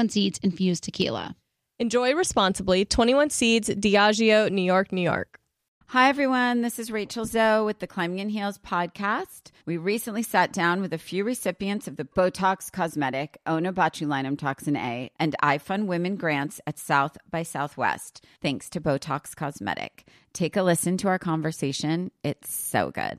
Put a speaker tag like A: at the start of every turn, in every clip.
A: Seeds infused tequila.
B: Enjoy responsibly. 21 Seeds, Diageo, New York, New York.
C: Hi, everyone. This is Rachel Zoe with the Climbing in Heels podcast. We recently sat down with a few recipients of the Botox Cosmetic, Onabotulinum Toxin A, and iFund Women grants at South by Southwest, thanks to Botox Cosmetic. Take a listen to our conversation. It's so good.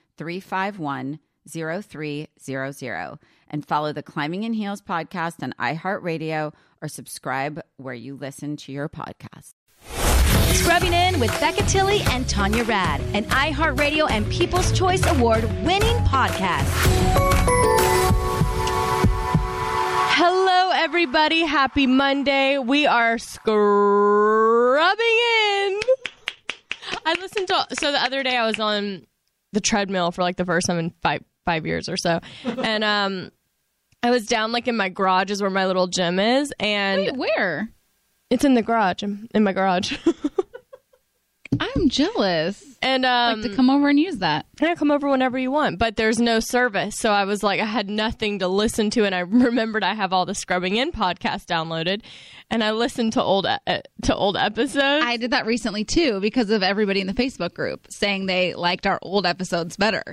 C: 351 0300 and follow the Climbing in Heels podcast on iHeartRadio or subscribe where you listen to your podcast.
D: Scrubbing in with Becca Tilly and Tanya Rad, an iHeartRadio and People's Choice Award winning podcast.
B: Hello, everybody. Happy Monday. We are scrubbing in. I listened to so the other day I was on the treadmill for like the first time in five five years or so, and um, I was down like in my garage is where my little gym is, and
A: Where?
B: it's in the garage. I'm in my garage,
A: I'm jealous.
B: and um,
A: to come over and use that.
B: Yeah, come over whenever you want, but there's no service. So I was like, I had nothing to listen to, and I remembered I have all the Scrubbing In podcast downloaded, and I listened to old uh, to old episodes.
A: I did that recently too because of everybody in the Facebook group saying they liked our old episodes better.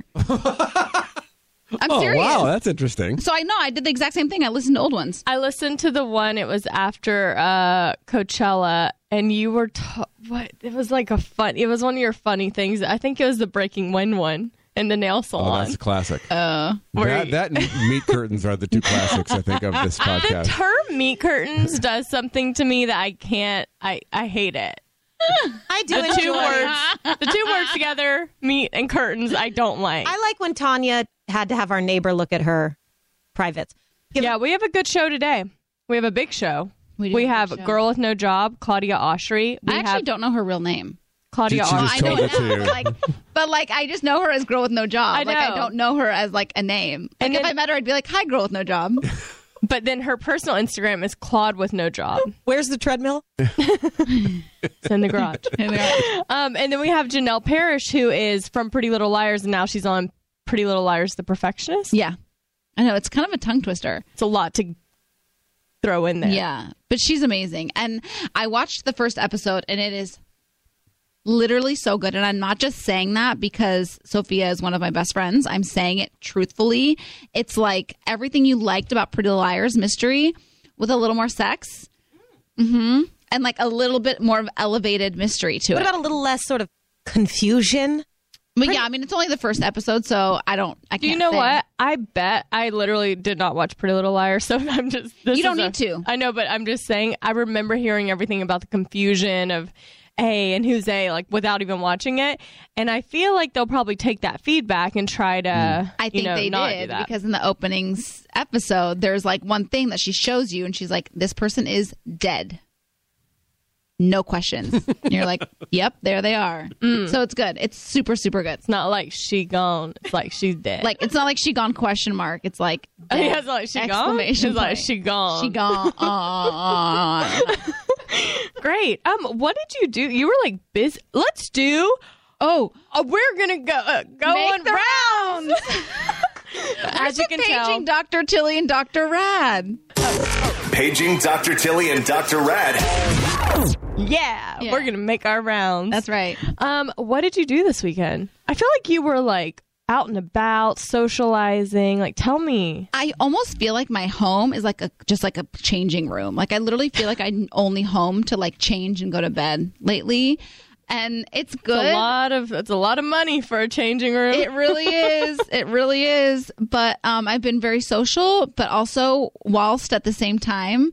A: I'm
E: Oh,
A: serious.
E: wow, that's interesting.
A: So I know I did the exact same thing. I listened to old ones.
B: I listened to the one. It was after uh, Coachella, and you were t- what? It was like a fun. It was one of your funny things. I think it was the Breaking Wind one and the nail
E: Oh,
B: salon.
E: that's a classic.
A: Uh,
B: Where
E: that,
B: you-
E: that and meat curtains are the two classics, I think, of this
B: the
E: podcast.
B: term meat curtains does something to me that I can't. I I hate it.
F: I do
B: The
F: enjoy.
B: two words, the two words together, meat and curtains. I don't like.
F: I like when Tanya had to have our neighbor look at her privates.
B: Yeah, we have a good show today. We have a big show.
A: We
B: We,
A: do have a
B: have
A: big show.
B: Girl with No Job, Claudia Oshry. We
A: I actually
B: have,
A: don't know her real name.
B: Claudia
E: She
B: R.
E: just
B: I
E: told
B: know
E: it to you.
A: like, but like I just know her as girl with no job.
B: I
A: Like I
B: know.
A: don't know her as like a name. Like
B: And
A: if
B: then-
A: I met her, I'd be like, "Hi, girl with no job."
B: But then her personal Instagram is Claude with no job.
F: Where's the treadmill?
B: It's in the garage. Um, and then we have Janelle Parrish, who is from Pretty Little Liars, and now she's on Pretty Little Liars: The Perfectionist.
A: yeah, I know it's kind of a tongue twister.
B: It's a lot to throw in there.
A: Yeah, but she's amazing. And I watched the first episode, and it is literally so good. And I'm not just saying that because Sophia is one of my best friends. I'm saying it truthfully. It's like everything you liked about Pretty Little Liars mystery with a little more sex. hmm And like a little bit more of elevated mystery to
F: What
A: it.
F: about a little less sort of confusion?
A: but yeah, I mean, it's only the first episode, so I don't. I
B: Do you
A: can't
B: know
A: say.
B: what? I bet I literally did not watch Pretty Little Liars, so I'm just. This
A: You don't
B: is a-
A: need to.
B: I know, but I'm just saying. I remember hearing everything about the confusion of A and who's A, like without even watching it. And I feel like they'll probably take that feedback and try to.
A: Mm. I
B: you
A: think
B: know,
A: they
B: not do
A: did
B: that.
A: because in the openings episode, there's like one thing that she shows you, and she's like, "This person is dead." No questions. and you're like, "Yep, there they are." So it's good. It's super, super good.
B: Mm. it's not like she gone. It's like she's dead.
A: Like it's not like she gone question mark. It's like
B: I mean,
A: dead.
B: it's not like she gone. It's
A: exclamation
B: like
A: point.
B: she gone.
A: She gone. Oh,
B: Great. Um, what did you do? You were like busy. Let's do.
A: oh.
B: Uh, we're gonna go uh, go
A: Make
B: on
A: the
B: rounds. As you can tell,
A: paging Dr. Tilly and Dr. Rad.
G: Paging Dr. Tilly and Dr. Rad.
B: yeah,
A: Yeah.
B: we're gonna make our rounds.
A: That's right.
B: Um, what did you do this weekend? I feel like you were like out and about, socializing. Like, tell me.
A: I almost feel like my home is like a just like a changing room. Like I literally feel like I'm only home to like change and go to bed lately, and it's good.
B: It's a lot of it's a lot of money for a changing room.
A: It really is. It really is. But um, I've been very social, but also whilst at the same time,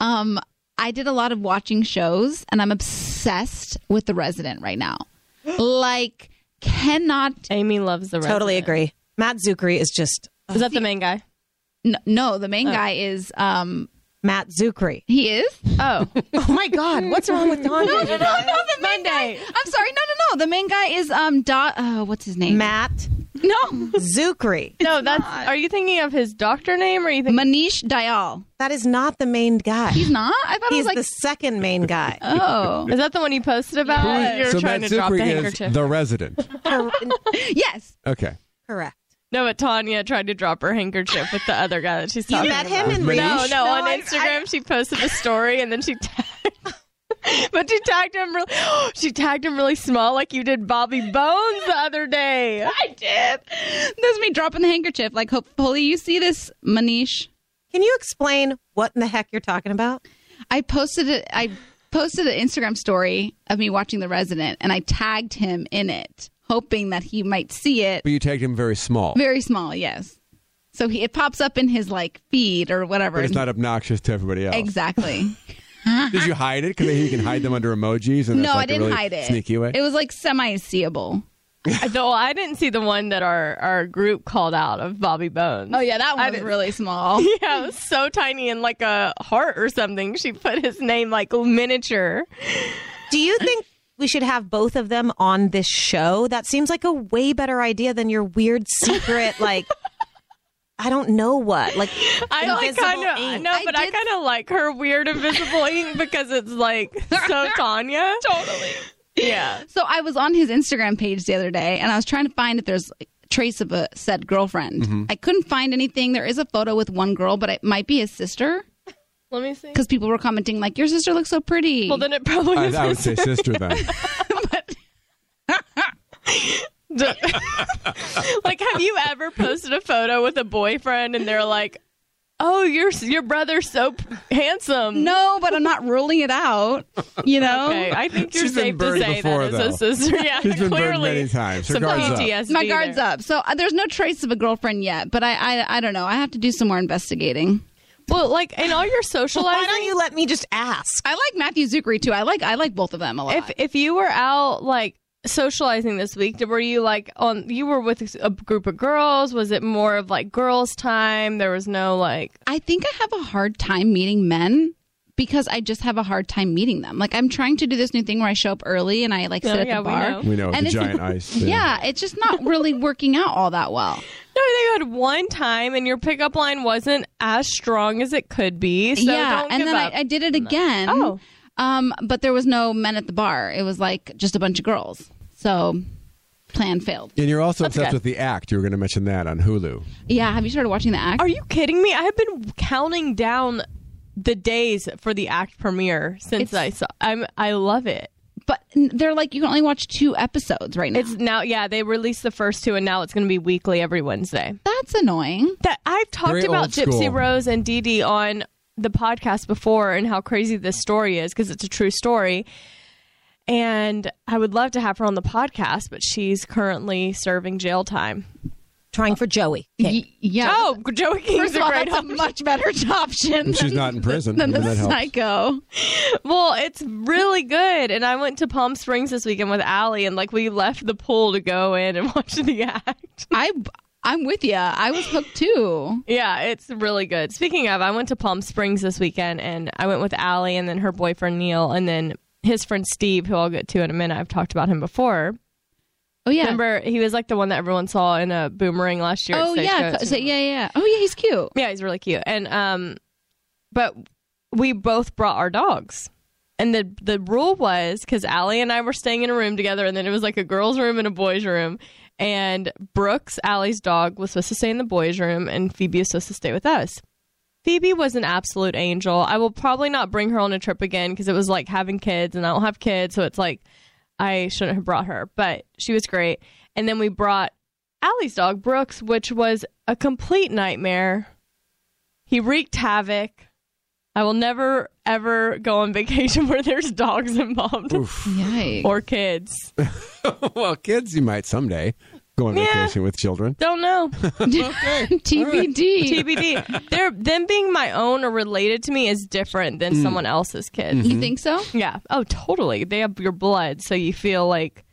A: um, I did a lot of watching shows, and I'm obsessed with The Resident right now. Like, cannot
B: Amy loves the Resident.
F: Totally agree. Matt Zuckery is just
B: Is that the main guy?
A: no, no the main guy is um,
F: Matt Zuckery.
A: he is.
B: Oh,
F: Oh my God, what's wrong with Don?
B: Monday.
A: I'm sorry. No, no, no. The main guy is um dot. Uh, what's his name?
F: Matt
A: No,
F: Zuckery.
B: No, that's. Are you thinking of his doctor name, or are you thinking?
A: Manish Dayal.
F: That is not the main guy.
A: He's not. I thought
F: He's
A: it was like.
F: the second main guy.
A: Oh
B: Is that the one you posted about? You're
E: so
B: trying
E: Matt
B: to drop the
E: Zuckery
B: handkerchief.
E: is the resident.
F: Cor-
A: yes.
E: Okay.
F: Correct.
B: No, but Tanya tried to drop her handkerchief with the other guy that she's
F: You
B: talking
F: met
B: about.
F: him in real
B: No,
E: Manish?
B: no, on
F: I-
B: Instagram she posted the story and then she tagged But she tagged him really she tagged him really small like you did Bobby Bones the other day.
A: I did. That's me dropping the handkerchief. Like, hopefully, you see this, Manish.
F: Can you explain what in the heck you're talking about?
A: I posted it. I posted an Instagram story of me watching The Resident, and I tagged him in it, hoping that he might see it.
E: But you tagged him very small.
A: Very small, yes. So he, it pops up in his like feed or whatever.
E: but it's not obnoxious to everybody else.
A: exactly.
E: Did you hide it? Because you can hide them under emojis. And that's
A: no,
E: like
A: I
E: a
A: didn't
E: really
A: hide it.
E: Sneaky way.
A: It was like semi-seeable.
B: Though I didn't see the one that our, our group called out of Bobby Bones.
A: Oh yeah, that one was really small.
B: Yeah, it was so tiny and like a heart or something. She put his name like miniature.
F: Do you think we should have both of them on this show? That seems like a way better idea than your weird secret, like, I don't know what. Like,
B: I like
F: invisible
B: kind of
F: ink.
B: no,
A: I
B: but I
A: did-
B: kind of like her weird invisible ink because it's like so Tanya. totally. Yeah.
A: So I was on his Instagram page the other day, and I was trying to find if there's a trace of a said girlfriend.
B: Mm-hmm.
A: I couldn't find anything. There is a photo with one girl, but it might be his sister
B: Let me see.
A: because people were commenting like, "Your sister looks so pretty."
B: Well, then it probably
E: I,
B: is.
E: I would say sister then.
B: like, have you ever posted a photo with a boyfriend and they're like, "Oh, your your brother's so p- handsome."
A: no, but I'm not ruling it out. You know,
B: Okay, I think you're
E: She's been
B: safe to
E: burned
B: say
E: before,
B: that as a
E: though.
B: sister. Yeah,
E: She's been burned
B: clearly
E: many times. Her
B: Some
E: guard's up.
B: PTSD.
A: my
B: there.
A: guard's up. So uh, there's no trace of a girlfriend yet, but I, I, I don't know. I have to do some more investigating.
B: Well, like in all your socializing,
F: why don't you let me just ask?
A: I like Matthew Zuckery too. I like I like both of them a lot.
B: if if you were out like socializing this week were you like on you were with a group of girls was it more of like girls time there was no like
A: I think I have a hard time meeting men because I just have a hard time meeting them. Like I'm trying to do this new thing where I show up early and I like sit
B: Oh,
A: at
B: yeah,
A: the
B: we
A: bar.
B: know.
E: We know,
A: and
E: the
A: it's-
E: giant ice,
A: Yeah.
E: yeah.
A: it's just not really working out all that well.
B: No, I think you had one time, and your pickup line wasn't as strong as it could be. So
A: yeah,
B: don't
A: and
B: give
A: then
B: up.
A: I, I did it again. Oh, um, but there was no men at the bar. It was like just a bunch of girls. So plan failed.
E: And you're also
A: That's
E: obsessed
A: good.
E: with the act. You were going to mention that on Hulu.
A: Yeah, have you started watching the act?
B: Are you kidding me? I have been counting down the days for the act premiere since
A: It's-
B: I saw. I'm I love it.
A: But they're like you can only watch two episodes right now.
B: It's now yeah they released the first two and now it's going to be weekly every Wednesday.
A: That's annoying.
B: That I've talked
A: Very
B: about
A: old
B: Gypsy
A: school.
B: Rose and Dee Dee on the podcast before and how crazy this story is because it's a true story. And I would love to have her on the podcast, but she's currently serving jail time.
F: Trying for Joey.
A: yeah.
B: Oh, Joey King's
A: First of all,
B: a great
A: that's a much better option.
E: And she's not in prison.
B: then
E: I mean,
B: the
E: that helps.
A: psycho.
B: Well, it's really good. And I went to Palm Springs this weekend with Allie, and like we left the pool to go in and watch the act.
A: I I'm with you. I was hooked too.
B: Yeah, it's really good. Speaking of, I went to Palm Springs this weekend, and I went with Allie, and then her boyfriend Neil, and then his friend Steve, who I'll get to in a minute. I've talked about him before.
A: Oh yeah.
B: remember he was like the one that everyone saw in a boomerang last year. at
A: Oh yeah,
B: Stagecoach.
A: so, yeah, yeah. Oh yeah, he's cute.
B: Yeah, he's really cute. And um but we both brought our dogs. And the the rule was cuz Allie and I were staying in a room together and then it was like a girls room and a boys room and Brooks, Allie's dog was supposed to stay in the boys room and Phoebe was supposed to stay with us. Phoebe was an absolute angel. I will probably not bring her on a trip again because it was like having kids and I don't have kids. So it's like I shouldn't have brought her, but she was great. And then we brought Allie's dog, Brooks, which was a complete nightmare. He wreaked havoc. I will never, ever go on vacation where there's dogs involved or kids.
E: well, kids, you might someday go on
B: Yeah.
E: vacation with children.
B: Don't know.
A: TBD.
B: TBD. They're, them being my own or related to me is different than
E: Mm.
B: someone else's kid.
E: You Mhm. think
A: so?
B: Yeah. Oh, totally. They have your blood, so you feel like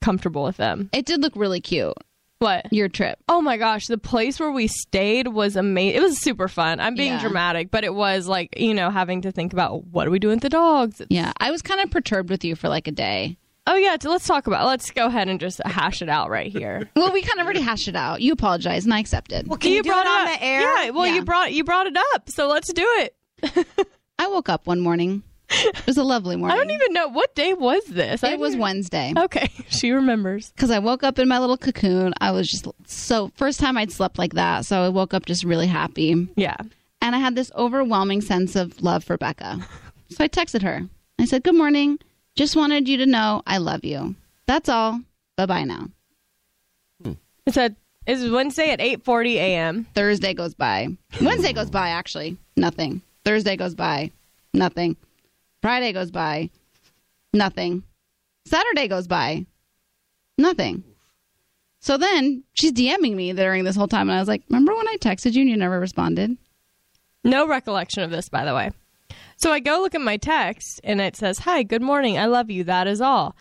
B: comfortable with them.
A: It did look really cute.
B: What?
A: Your trip.
B: Oh my gosh, the place where we stayed was amazing. It was super fun. I'm being
A: Yeah.
B: dramatic, but it was like, you know, having to think about what do we do with the dogs?
A: Yeah, I was kind of perturbed with you for like a day.
B: Oh yeah, t- let's talk about. Let's go ahead and just hash it out right here.
A: Well, we kind of already hashed it out. You apologized, and I accepted. Well,
B: up- Yeah, well, you brought you brought it up, so let's do it.
A: I woke up one morning. It was a lovely morning.
B: I don't even know what day was this. I
A: It was
B: didn't-
A: Wednesday.
B: Okay, she remembers.
A: Because I woke up in my little cocoon. I was just so first time I'd slept like that, so I woke up just really happy.
B: Yeah.
A: And I had this overwhelming sense of love for Becca. So I texted her. I said, Good morning. Just wanted you to know I love you. That's all. Bye bye now.
B: It's a it's Wednesday at eight forty a.m.
A: Thursday goes by. Wednesday goes by, actually. Nothing. Thursday goes by. Nothing. Friday goes by. Nothing. Saturday goes by. Nothing. So then she's DMing me during this whole time. And I was like, Remember when I texted you and you never responded?
B: No recollection of this, by the way. So I go look at my text and it says, Hi, good morning. I love you. That is all.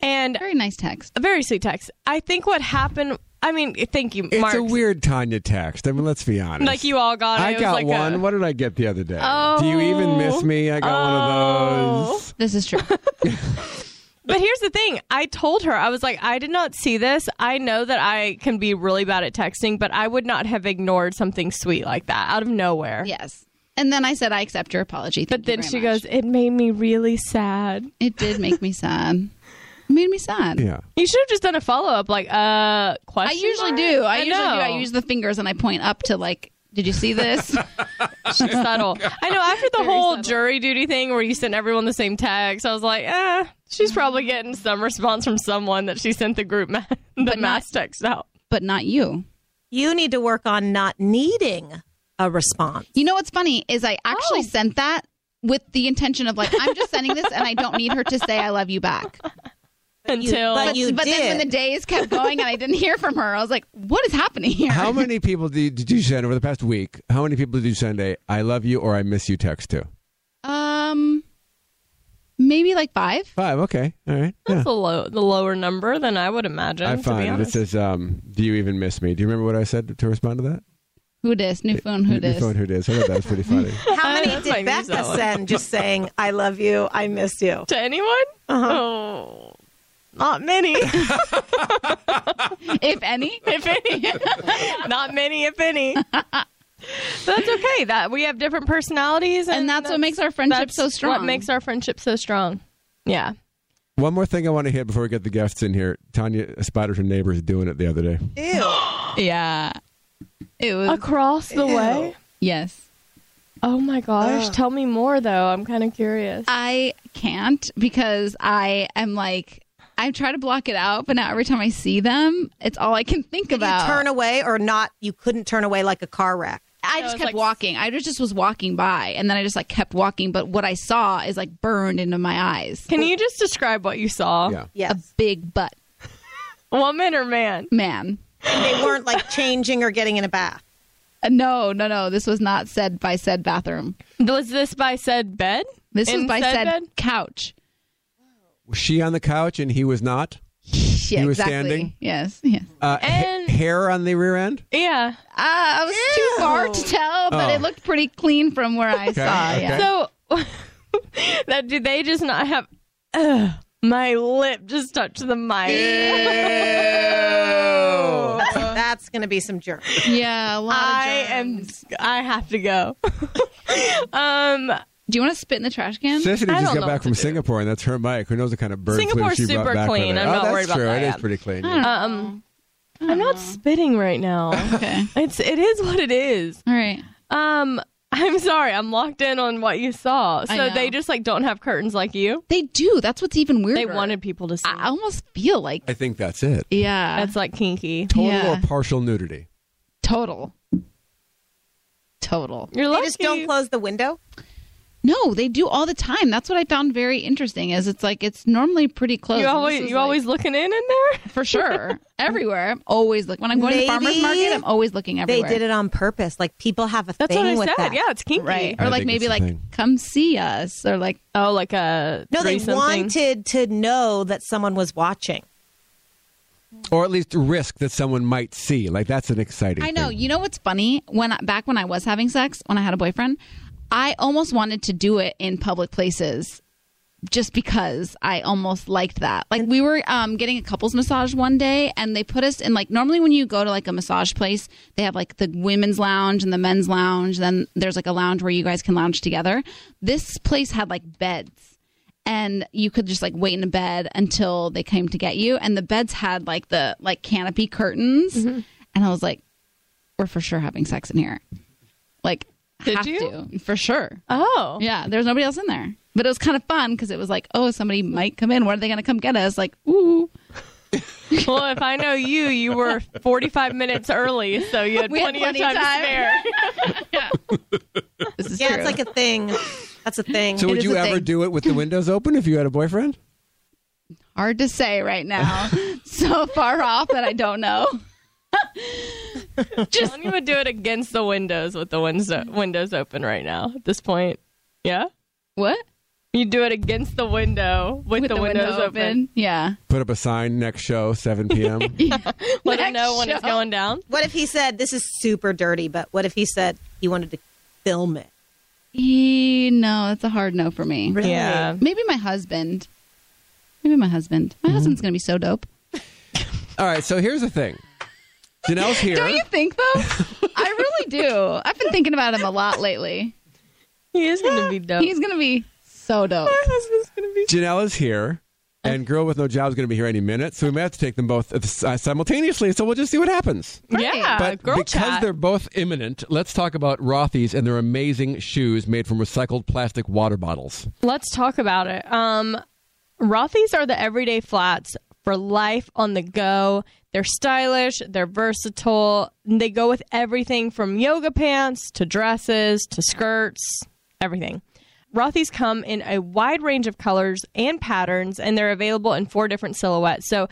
B: And
A: very nice text.
B: A very sweet text. I think what happened, I mean, thank you,
E: It's
B: Mark.
E: a weird Tanya text. I mean, let's be honest.
B: Like you all got it.
E: I
B: It was
E: got
B: like
E: one.
B: a- Oh.
E: What did I get the other day? Do you even miss me? I got one of those.
A: This is true.
B: But here's the thing. I told her, I was like, I did not see this. I know that I can be really bad at texting, but I would not have ignored something sweet like that out of nowhere.
A: Yes. And then I said, I accept your apology.
B: But then she goes, It made me really sad.
A: It did make me sad. It made me sad.
E: Yeah.
B: You should have just done a follow up, like, uh,
A: I
B: question.
A: usually
B: mark?
A: do. I, usually
B: know.
A: do. I use the fingers and I point up to like, did you see this?
B: She's subtle. I know. After the whole jury duty thing where you sent everyone the same text, I was like, eh, she's probably getting some response from someone that she sent the group ma- the mass text out.
A: But not you.
F: You need to work on not needing a response.
A: You know what's funny is I actually
B: Oh.
A: sent that with the intention of like, I'm just sending this and I don't need her to say I love you back.
B: Until
F: but you
A: but then when the
F: did.
A: days kept going and I didn't hear from her, I was like, what is happening here?
E: How many people did you, did you send over the past week? How many people did you send a I love you or I miss you text to?
A: Um, maybe like five.
E: Five. Okay. All right. Yeah.
B: that's the low, the lower number than I would imagine.
E: I
B: to be
E: find it
B: honest.
E: says, um, "Do you even miss me?" Do you remember what I said to respond to that?
A: Who dis? New phone, who
E: Your
A: dis?
E: phone, who dis? I thought that was pretty funny.
F: How
B: Oh,
F: many
B: that's
F: did
B: my new
F: Becca
B: song.
F: send just saying, I love you, I miss you?
B: To anyone?
F: Uh-huh.
B: Oh.
F: Not many.
A: if any.
B: if any. Not many, if any. But that's okay. That we have different personalities, and,
A: And that's what makes our friendship
B: that's
A: so strong.
B: What makes our friendship so strong? Yeah.
E: One more thing I want to hit before we get the guests in here. Tanya spotted her neighbors doing it the other day.
F: Ew.
A: Yeah. It was.
B: Across the way.
A: yes.
B: Oh my gosh! Tell me more, though. I'm kind of curious.
A: I can't because I am like, I try to block it out, but now every time I see them, it's all I can think
F: Did
A: about.
F: you turn away or not? You couldn't turn away like a car wreck.
A: I
B: So
A: just
B: it's
A: kept
B: like-
A: walking. I just, just was walking by, and then I just like kept walking. But what I saw is like burned into my eyes.
B: Can you just describe what you saw?
E: Yeah.
F: Yes.
A: A big butt
B: Woman or man?
A: man.
F: they weren't like changing or getting in a bath.
A: Uh, No, no, no. This was not said by said bathroom.
B: Was this by said bed?
A: This was
B: In
A: by
B: said
A: said,
B: bed?
A: couch.
E: Was she on the couch and he was not?
A: Yeah,
E: You were
A: exactly.
E: standing?
A: Yes, yes.
E: Uh, ha-
B: And-
E: hair on the rear end?
B: Yeah.
A: Uh, I was too far to tell, but
E: Oh.
A: it looked pretty clean from where I saw.
E: okay.
A: Yeah.
B: So that do they just not have? Ugh, my lip just touched the mic.
F: That's, that's going to be some jerk. Uh,
A: Yeah, a lot
B: I
A: of
B: am.
A: germs.
B: I have to go. um,
A: Do you want to spit in the trash can?
E: Cecily
B: I
E: just
B: don't
E: got
B: know
E: back
B: what
E: from
B: to do.
E: Singapore, and that's her mic. Who knows the kind of bird
B: Singapore's
E: flu she
B: super
E: brought back
B: clean.
E: with her.
B: I'm
E: oh,
B: not
E: that's
B: worried about
E: true.
B: that,
E: It is
B: yeah.
E: pretty clean. yeah.
B: um, I'm not spitting right now.
A: Okay.
B: It's it is what it is.
A: All right.
B: Um, I'm sorry. I'm locked in on what you saw.
A: I
B: So
A: know.
B: they just like don't have curtains like you.
A: They do. That's what's even weirder.
B: They wanted people to see.
A: I almost feel like.
E: I think that's it.
A: Yeah.
B: That's like kinky.
E: Total
A: Yeah.
E: or partial nudity?
A: total. Total.
B: You're
F: They
B: lucky.
F: just don't close the window.
A: No, they do all the time. That's what I found very interesting. Is it's like it's normally pretty close.
B: you
A: and this
B: always
A: was
B: you
A: like-
B: always looking in in there.
A: for sure everywhere. I'm always look when I'm going to the farmers
F: Maybe
A: market. I'm always looking everywhere.
F: They did it on purpose. Like people have a
B: That's
F: thing
B: what I
F: with
B: said.
F: that.
B: Yeah, it's kinky.
A: right?
E: I
A: Or like
E: think it's
A: maybe
E: a
A: like
E: thing.
A: come see us or like
B: Oh, like a
F: No, they
B: threesome thing.
F: wanted to know that someone was watching.
E: Or at least risk that someone might see. Like, that's an exciting
A: I know.
E: thing.
A: You know what's funny? When I- back when I was having sex, when I had a boyfriend, I almost wanted to do it in public places just because I almost liked that. Like we were um, getting a couples massage one day and they put us in like normally when you go to like a massage place, they have like the women's lounge and the men's lounge, then there's like a lounge where you guys can lounge together. This place had like beds and you could just like wait in a bed until they came to get you and the beds had like the like canopy curtains and I was like we're for sure having sex in here. Like
B: Did
A: have
B: you?
A: to, for sure.
B: Oh,
A: Yeah, there's nobody else in there. But it was kind of fun because it was like, oh, somebody might come in. When are they going to come get us? Like, ooh.
B: well, if I know you, you were 45 minutes early, so you had,
A: We had
B: plenty,
A: plenty of
B: of time,
A: time.
B: to spare.
A: This is
F: Yeah,
A: true.
F: it's like a thing. That's a thing.
E: So,
A: It
E: would
A: is
E: you
A: a
E: ever
A: thing.
E: do it with the windows open if you had a boyfriend?
A: hard to say right now. so far off that I don't know.
B: Just you would do it against the windows with the windows windows open right now. At this point, yeah,
A: What?
B: you do it against the window with, the, windows
A: window
B: open.
A: Yeah.
E: Put up a sign next show, 7 p.m.
B: Let them
A: Next
B: know when it's
A: show.
B: going down.
F: What if he said this is super dirty? But what if he said he wanted to film it?
A: E- no, that's a hard no for me.
F: Really?
B: Yeah.
A: Maybe my husband. Maybe my husband.
E: Mm-hmm.
A: My husband's going to be so dope.
E: All right, so here's the thing. Janelle's here.
A: Don't you think, though? I really do. I've been thinking about him a lot lately.
B: He is going to be dope.
A: He's going to be so dope.
E: Janelle is here, and Girl with No Job is going to be here any minute, so we may have to take them both at the si- simultaneously. So we'll just see what happens.
B: yeah,
E: but
B: girl
E: because
B: chat.
E: they're both imminent, let's talk about Rothy's and their amazing shoes made from recycled plastic water bottles.
B: Let's talk about it. Um, Rothy's are the everyday flats for life on the go. They're stylish, they're versatile, and they go with everything from yoga pants to dresses to skirts, everything. Rothy's come in a wide range of colors and patterns, and they're available in four different silhouettes. So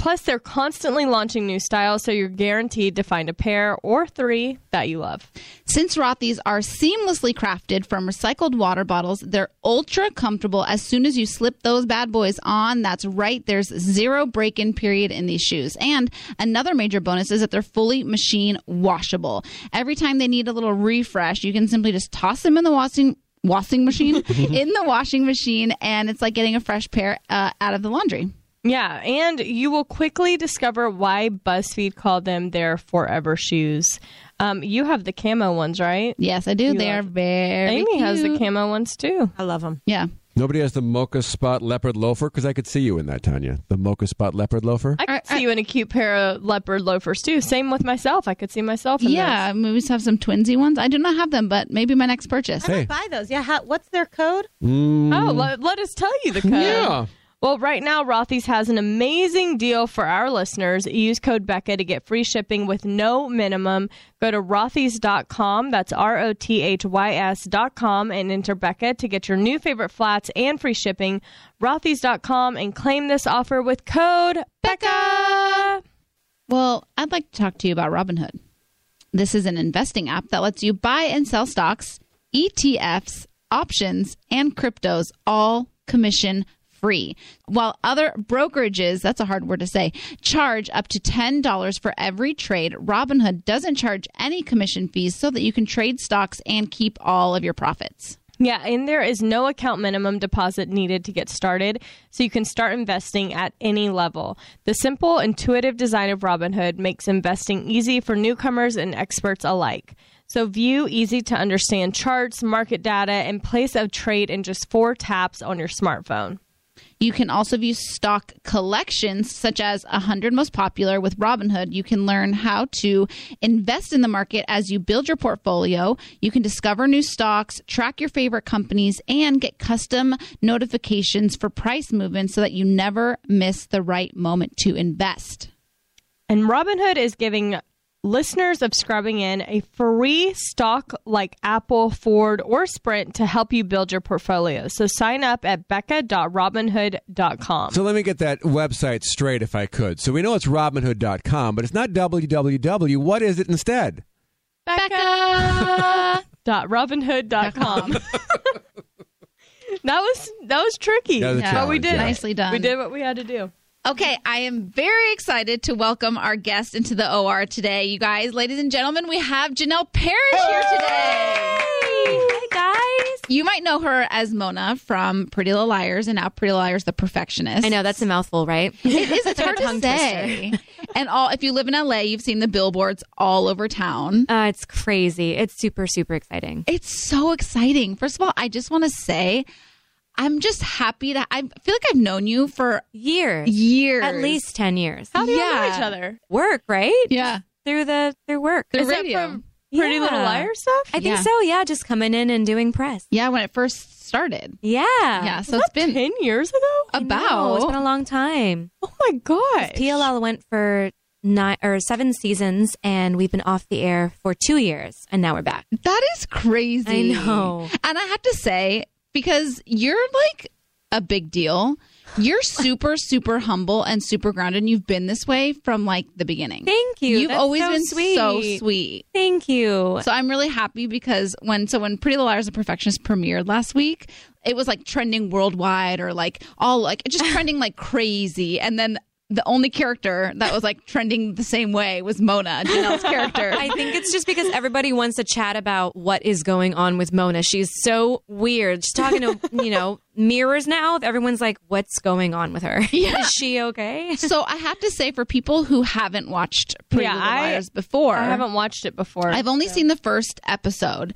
B: Plus, they're constantly launching new styles, so you're guaranteed to find a pair or three that you love.
A: Since Rothy's are seamlessly crafted from recycled water bottles, they're ultra comfortable as soon as you slip those bad boys on. That's right, there's zero break in period in these shoes. And another major bonus is that they're fully machine washable. Every time they need a little refresh, you can simply just toss them in the washing. Washing machine in the washing machine, and it's like getting a fresh pair uh, out of the laundry.
B: Yeah, and you will quickly discover why BuzzFeed called them their forever shoes. Um, you have the camo ones, right?
A: Yes, I do. They are very.
B: Amy has the
A: cute.
B: camo ones too.
H: I love them.
A: Yeah,
E: Nobody has the mocha spot leopard loafer because I could see you in that, Tanya. The mocha spot leopard loafer.
B: I could see you in a cute pair of leopard loafers too. Same with myself. I could see myself. in
A: yeah. We just have some twinsy ones. I do not have them, but maybe my next purchase.
E: Hey.
H: Buy those. Yeah. How, what's their code?
D: Mm.
B: Oh, let, let us tell you the code.
E: Yeah.
B: Well, right now, Rothy's has an amazing deal for our listeners. Use code Becca to get free shipping with no minimum. Go to rothys.com, that's R O T H Y S.com, and enter Becca to get your new favorite flats and free shipping. Rothys.com and claim this offer with code Becca.
A: Well, I'd like to talk to you about Robinhood. This is an investing app that lets you buy and sell stocks, ETFs, options, and cryptos all commission free. While other brokerages, that's a hard word to say, charge up to $10 for every trade, Robinhood doesn't charge any commission fees so that you can trade stocks and keep all of your profits.
B: Yeah, and there is no account minimum deposit needed to get started, so you can start investing at any level. The simple, intuitive design of Robinhood makes investing easy for newcomers and experts alike. So, view easy to understand charts, market data, and place a trade in just four taps on your smartphone.
A: You can also view stock collections such as 100 most popular with Robinhood. You can learn how to invest in the market as you build your portfolio. You can discover new stocks, track your favorite companies, and get custom notifications for price movements so that you never miss the right moment to invest.
B: And Robinhood is giving listeners of Scrubbing In a free stock like Apple, Ford, or Sprint to help you build your portfolio. So sign up at becca.robinhood.com.
E: So let me get that website straight if I could. So we know it's robinhood.com, but it's not www. What is it instead?
B: becca.robinhood.com. That was that was tricky,
E: That was a
B: but we
E: challenge,
B: did it.
E: yeah.
A: Nicely done.
B: We did what we had to do.
A: Okay, I am very excited to welcome our guest into the OR today. You guys, ladies and gentlemen, we have Janelle Parrish here today.
I: Hey, guys.
A: You might know her as Mona from Pretty Little Liars and now Pretty Little Liars The Perfectionist.
D: I know that's a mouthful, right?
A: It is. It's
D: like a
A: hard to
D: tongue
A: say. and all if you live in LA, you've seen the billboards all over town.
D: Uh, it's crazy. It's super, super exciting.
A: It's so exciting. First of all, I just want to say I'm just happy to I feel like I've known you for
D: Years.
A: years.
D: At least 10 years.
B: How do you
A: Yeah.
B: know each other?
D: Work, right?
A: Yeah.
D: Through the through work.
A: The
B: Is that
A: radio.
B: from Pretty
D: Yeah.
B: Little Liar stuff?
D: I think
A: Yeah.
D: so. Yeah, just coming in and doing press.
A: yeah, when it first started.
D: Yeah.
A: Yeah, so
B: Was
A: it's
B: that
A: been
B: ten years ago.
D: I know. It's been a long time.
B: Oh my god!
D: PLL went for nine or seven seasons, and we've been off the air for two years, and now we're back.
A: That is crazy.
D: I know.
A: And I have to say, because you're like a big deal, you're super, super humble and super grounded. And you've been this way from like the beginning.
D: Thank you.
A: You've
D: That's
A: always
D: so
A: been so
D: sweet.
A: sweet.
D: Thank you.
A: So I'm really happy because when so when Pretty Little Liars and Perfectionist premiered last week, it was like trending worldwide or like all like just trending like crazy. And then the only character that was like trending the same way was Mona, Janelle's character.
D: I think it's just because everybody wants to chat about what is going on with Mona. She's so weird. She's talking to, you know, mirrors now. Everyone's like, what's going on with her? Is she okay?
A: so I have to say, for people who haven't watched Pretty
B: Yeah,
A: Little
B: I-
A: Liars before,
B: I haven't watched it before.
A: I've only seen the first episode.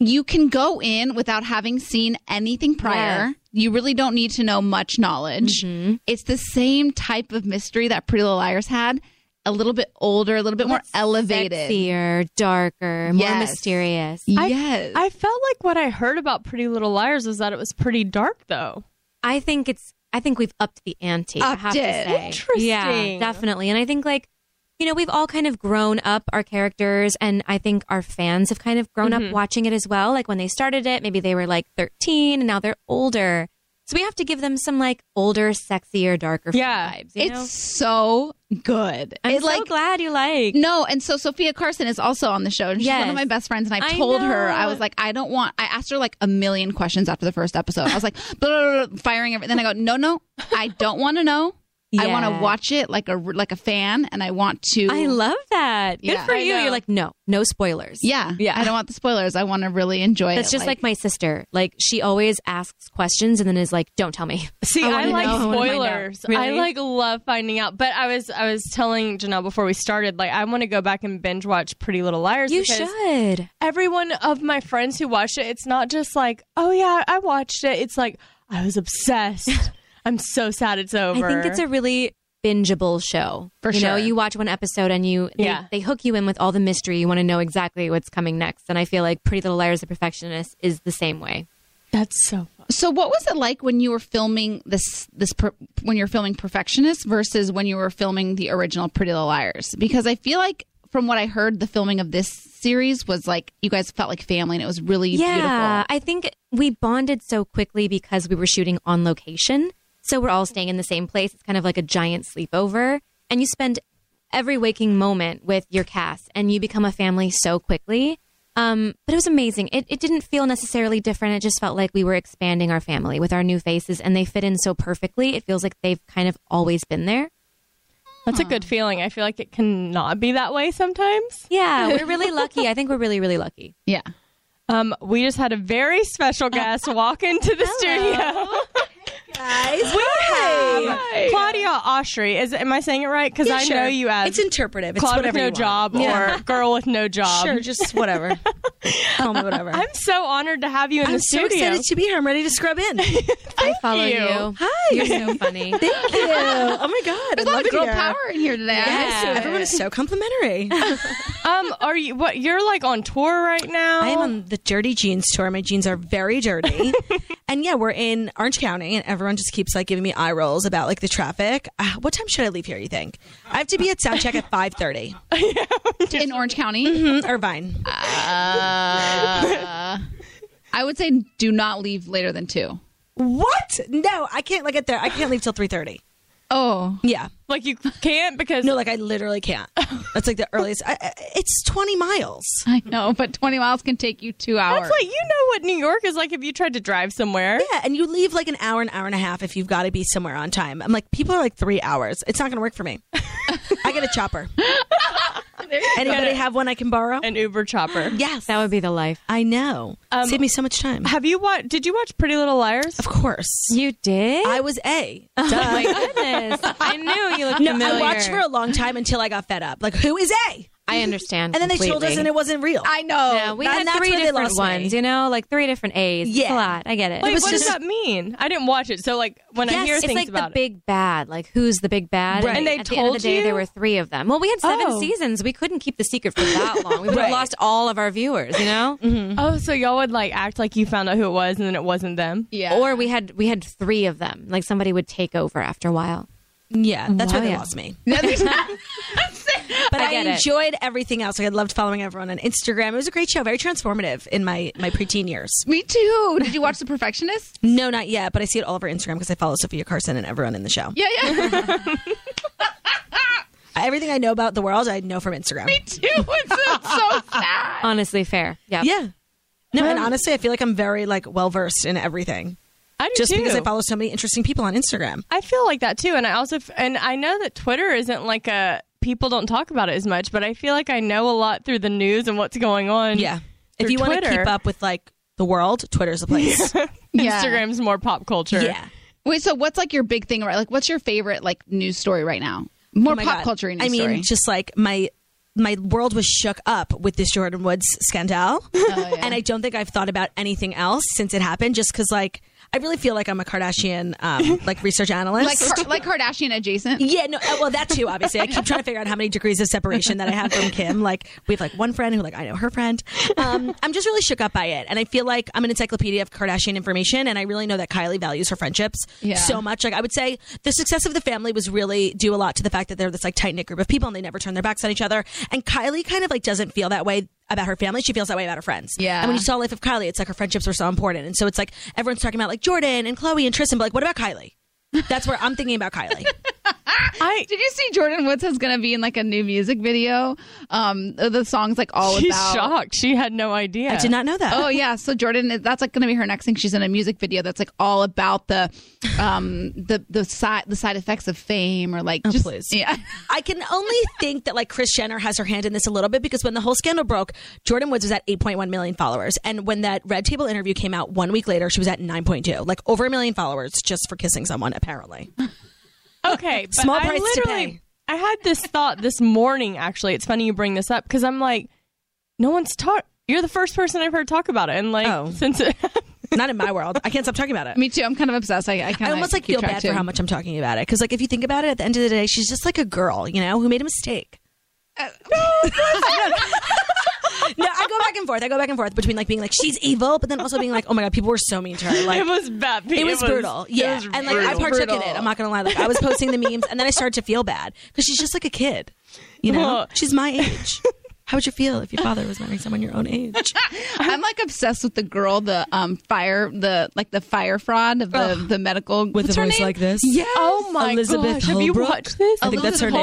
A: You can go in without having seen anything prior. You really don't need to know much knowledge.
B: Mm-hmm.
A: It's the same type of mystery that Pretty Little Liars had, a little bit older, a little bit more elevated.
D: Sexier, darker, more
A: Yes.
D: mysterious.
A: Yes.
B: I felt like what I heard about Pretty Little Liars was that it was pretty dark, though.
D: I think it's. I think we've upped the ante. I
A: Upped
D: have
A: it.
D: to say,
B: Interesting.
D: Yeah, definitely. And I think like, you know, we've all kind of grown up our characters, and I think our fans have
A: Mm-hmm.
D: kind of grown up watching it as well. Like when they started it, maybe they were like 13, and now they're older. So we have to give them some like older, sexier, darker yeah. vibes. you
A: it's
D: know?
A: so good.
D: I'm
A: It's
D: so glad you like.
A: No, and so Sophia Carson is also on the show, and she's one
D: Yes.
A: of my best friends. And I
D: I
A: told her
D: know.
A: I was like, I don't want. I asked her like a million questions after the first episode. I was like, blah, blah, blah, blah, firing everything. Then I go, no, no, I don't want to know. I want
D: Yeah.
A: to watch it like a like a fan, and I want to.
D: I love that. Good
A: Yeah.
D: for
A: I
D: you.
A: know.
D: You're like, no, no spoilers.
A: Yeah, yeah. I don't want the spoilers. I want to really enjoy
D: That's
A: it.
D: just like, my sister. Like she always asks questions and then is like, "Don't tell me."
B: See, I,
D: wanna
B: like
D: know. wanna find out.
B: spoilers. I
D: Really?
B: like love finding out. But I was I was telling Janelle before we started, like I want to go back and binge watch Pretty Little Liars.
D: You
B: because
D: should.
B: Every one of my friends who watched it, it's not just like, oh yeah, I watched it. It's like I was obsessed. I'm so sad it's over.
D: I think it's a really bingeable show.
B: For
D: you know,
B: sure.
D: you watch one episode and you they,
B: Yeah.
D: they hook you in with all the mystery. You want to know exactly what's coming next. And I feel like Pretty Little Liars: The Perfectionist is the same way.
B: That's so fun.
A: So, what was it like when you were filming this? This per, when you're filming Perfectionist versus when you were filming the original Pretty Little Liars? Because I feel like, from what I heard, the filming of this series was like you guys felt like family, and it was really
D: yeah, I think we bonded so quickly because we were shooting on location. So we're all staying in the same place. It's kind of like a giant sleepover. And you spend every waking moment with your cast and you become a family so quickly. Um, but it was amazing. It, it didn't feel necessarily different. It just felt like we were expanding our family with our new faces and they fit in so perfectly. It feels like they've kind of always been there.
B: That's a good feeling. I feel like it can not be that way sometimes.
D: Yeah, we're really lucky. I think we're really, really lucky.
A: Yeah.
B: Um, we just had a very special guest walk into the studio.
J: guys.
B: We have Claudia Oshry. Is am I saying it right? Because
J: Yeah,
B: I
J: sure.
B: know you as
J: It's interpretive. It's
B: Claude
J: whatever
B: with no
J: you want.
B: job
J: Yeah.
B: or girl with no job.
J: Sure, just whatever. Call me whatever.
B: I'm so honored to have you in
J: I'm
B: the
J: so
B: studio.
J: excited to be here. I'm ready to scrub in.
D: I follow
B: you.
D: you.
J: Hi.
D: You're so funny.
J: Thank you. Oh my god.
A: There's
J: I
A: a lot
J: love
A: of
J: it
A: girl
J: here.
A: power in here today.
J: Yes,
D: Yeah.
J: everyone is so complimentary.
B: um, are you what? You're like on tour right now.
J: I am on the dirty jeans tour. My jeans are very dirty. and yeah, we're in Orange County and everyone just keeps like giving me eye rolls about like the traffic. Uh, what time should I leave here, you think? I have to be at sound check at 5:30
B: Uh.
A: in Orange County.
J: Mhm, Irvine.
A: Uh, I would say do not leave later than two.
J: What? No, I can't like get there. I can't leave till 3:30.
A: Oh,
J: Yeah.
B: like you can't because
J: No, like I literally can't. That's like the earliest. I, I- it's 20 miles.
A: I know, but 20 miles can take you two hours.
B: that's like you know what New York is like if you tried to drive somewhere.
J: Yeah, and you leave like an hour, an hour and a half if you've got to be somewhere on time. I'm like, people are like three hours. It's not going to work for me. I get a chopper. Anybody have one I can borrow?
B: An Uber chopper. Um,
J: Yes.
D: That would be the life.
J: I know. Save me so much time.
B: Have you watched? Did you watch Pretty Little Liars?
J: Of course.
D: You did?
J: I was A.
D: Oh
J: Duh.
D: my goodness. I knew you looked
J: No,
D: familiar.
J: I watched for a long time until I got fed up. Like, who is A?
D: I understand.
J: And then they told
D: completely.
J: us and it wasn't real.
A: I know.
D: Yeah, we
J: And
D: had
J: that's
D: three
J: where they
D: different
J: lost me.
D: ones, you know, like three different A's. It's a
J: Yeah.
D: lot. I get it.
B: Wait,
D: It was
B: what
D: just-
B: does that mean? I didn't watch it. So like when I
D: Yes,
B: hear
D: it's
B: things
D: like
B: about
D: the big bad. Like who's the big bad?
J: Right. And
B: they
D: at the end of
B: told
D: the day,
B: you?
D: there were three of them. Well, we had seven
B: Oh.
D: seasons. We couldn't keep the secret for that long. We would
J: Right.
D: have lost all of our viewers, you know.
B: it,
A: Mm-hmm.
B: oh, so y'all would like act like you found out who it was and then it wasn't them.
A: Yeah.
D: Or we had we had three of them. Like somebody would take over after a while.
J: Yeah, that's where
D: Wow.
J: they lost me. But I,
D: get it.
J: enjoyed everything else. Like, I loved following everyone on Instagram. It was a great show, very transformative in my my preteen years.
A: Me too. Did you watch The Perfectionist?
J: No, not yet, but I see it all over Instagram because I follow Sophia Carson and everyone in the show.
A: Yeah, yeah.
J: Everything I know about the world, I know from Instagram.
A: too. It's, it's so sad.
D: Honestly, fair. Yeah.
J: Yeah. No, and honestly, I feel like I'm very like well versed in everything
B: I do
J: just because
B: too.
J: I follow so many interesting people on Instagram.
B: I feel like that too, and I also f- and I know that Twitter isn't like a people don't talk about it as much, but I feel like I know a lot through the news and what's going on.
J: Yeah. If
B: through
J: you want to
B: Twitter.
J: keep up with like the world, Twitter's the place.
A: Yeah.
B: Instagram's more pop culture.
J: yeah.
A: Wait, so what's like your big thing right? Like what's your favorite like news story right now? More
J: Oh my
A: pop
J: God.
A: culture news
J: I mean,
A: story.
J: just like my my world was shook up with this Jordan Woods scandal,
A: Oh,
J: and I don't think I've thought about anything else since it happened. Just because, like, I really feel like I'm a Kardashian, um, like research
A: like
J: analyst.
A: Kar- like Kardashian adjacent.
J: yeah, no, uh, well, that too, obviously. I keep trying to figure out how many degrees of separation that I have from Kim. Like, we have like one friend who, like, I know her friend. Um, I'm just really shook up by it. And I feel like I'm an encyclopedia of Kardashian information. And I really know that Kylie values her friendships
A: Yeah.
J: so much. Like, I would say the success of the family was really due a lot to the fact that they're this, like, tight knit group of people and they never turn their backs on each other. And Kylie kind of, like, doesn't feel that way. about her family, she feels that way about her friends.
H: Yeah.
J: And when you saw Life of Kylie, it's like her friendships were so important. And so it's like everyone's talking about like Jordan and Chloe and Tristan, but like, what about Kylie? That's where I'm thinking about Kylie.
A: Did you see Jordan Woods is going to be in like a new music video? Um, the song's like all
B: She's
A: about.
B: shocked. She had no idea.
A: Oh yeah, so Jordan, that's like going to be her next thing. She's in a music video that's like all about the, um, the the side the side effects of fame or
J: Oh,
A: like just yeah.
J: I can only think that like Chris Jenner has her hand in this a little bit because when the whole scandal broke, Jordan Woods was at 8.1 million followers, and when that Red Table interview came out one week later, she was at 9.2, like over a million followers just for kissing someone apparently.
B: Okay, but
J: Small
B: I
J: price to
B: literally-
J: pay.
B: I had this thought this morning. Actually, it's funny you bring this up because I'm like, no one's talk. You're the first person I've heard talk about it, and like since it
J: Oh. not in my world, I can't stop talking about it.
A: Me too. I'm kind of obsessed. I I,
J: I
A: kinda
J: almost like
A: keep
J: feel
A: track,
J: bad
A: too.
J: for how much I'm talking about it because like if you think about it, at the end of the day, she's just like a girl, you know, who made a mistake.
A: Uh,
J: no, I go back and forth. I go back and forth between like being like she's evil, but then also being like, oh my god, people were so mean to her. Like
B: It was bad.
J: It
B: It
J: was,
B: was-
J: brutal.
B: it
J: Yeah,
B: was
J: and like I
B: brutal.
J: partook in
B: Brutal.
J: it. I'm not gonna lie. Like I was posting the memes, and then I started to feel bad because she's just like a kid. You know,
A: Well-
J: she's my age. How would you feel if your father was marrying someone your own age?
A: I'm like obsessed with the girl, the um fire, the like the fire fraud of the the medical with
J: a voice like this?
A: Yeah.
B: Oh my
J: Elizabeth
B: gosh, have you
J: Holbrook?
B: watched this?
J: I think that's her name.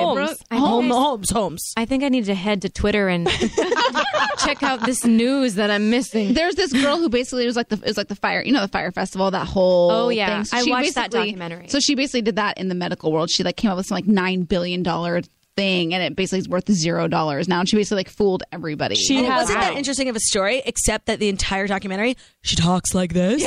J: Holmes. Holmes. Holmes.
D: I think I need to head to Twitter and check out this news that I'm missing.
A: There's this girl who basically was like the it was like the fire, you know, the fire festival, that whole
D: Oh, yeah.
A: thing. So
D: I
A: she
D: watched that
A: basically-
D: documentary.
A: So she basically did that in the medical world. She like came up with some like nine billion dollar thing, and it basically is worth zero dollars now. And she basically like fooled everybody.
D: Oh,
J: She and it Oh, wasn't that interesting of a story, except that the entire documentary, she talks like this.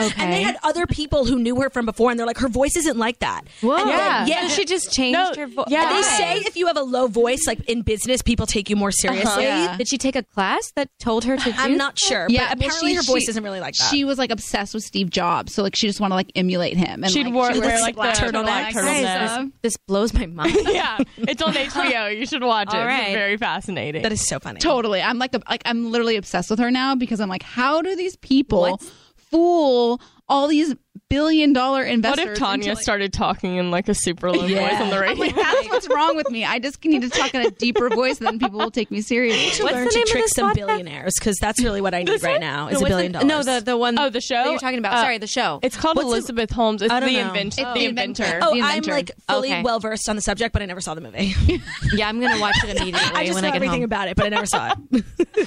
J: okay. And they had other people who knew her from before, and they're like, her voice isn't like that.
D: Whoa.
J: And then-
D: Yeah.
J: yeah.
D: So she just changed her vo-
J: Yeah.
D: Why? Uh-huh.
J: they say if you have a low voice, like in business, people take you more seriously.
D: Yeah. Did she take a class that told her to?
J: I'm
D: do
J: not
D: that?
J: sure, but
A: well,
J: apparently
A: she-
J: her voice
A: she-
J: isn't really like that.
A: She was like obsessed with Steve Jobs, so like she just want to like emulate him. And
B: She'd
A: like,
B: wore-
A: she
B: wear,
A: was
B: like, the
A: black
B: turtleneck,
A: and
B: turtleneck.
A: stuff.
D: This blows my mind.
B: yeah, it's on HBO. You should watch it.
A: All right.
B: It's very fascinating.
J: That is so funny.
A: Totally. I'm like, like I'm literally obsessed with her now because I'm like, how do these people fool all these billion dollar
B: What
A: investors?
B: if Tanya
A: into, like-
B: started talking in like a super low
A: Yeah.
B: voice on the
A: I'm
B: radio?
A: like, that's what's wrong with me. I just need to talk in a deeper voice, and then people will take me seriously.
J: to learn to trick some billionaires because that's really what I need right now is a billion dollars.
D: the one.
B: Oh, the show
J: that you're talking about. Sorry, the show.
B: It's called
J: What's it-
B: Elizabeth Holmes. It's
J: I don't
B: the
J: know.
B: inventor.
J: It's
B: the
J: the
B: inventor.
J: Oh, I'm like fully
D: Okay.
J: well versed on the subject, but I never saw the movie.
D: yeah, I'm gonna watch it immediately
J: I just
D: when
J: know
D: I get
J: everything
D: home.
J: about it, but I never saw it.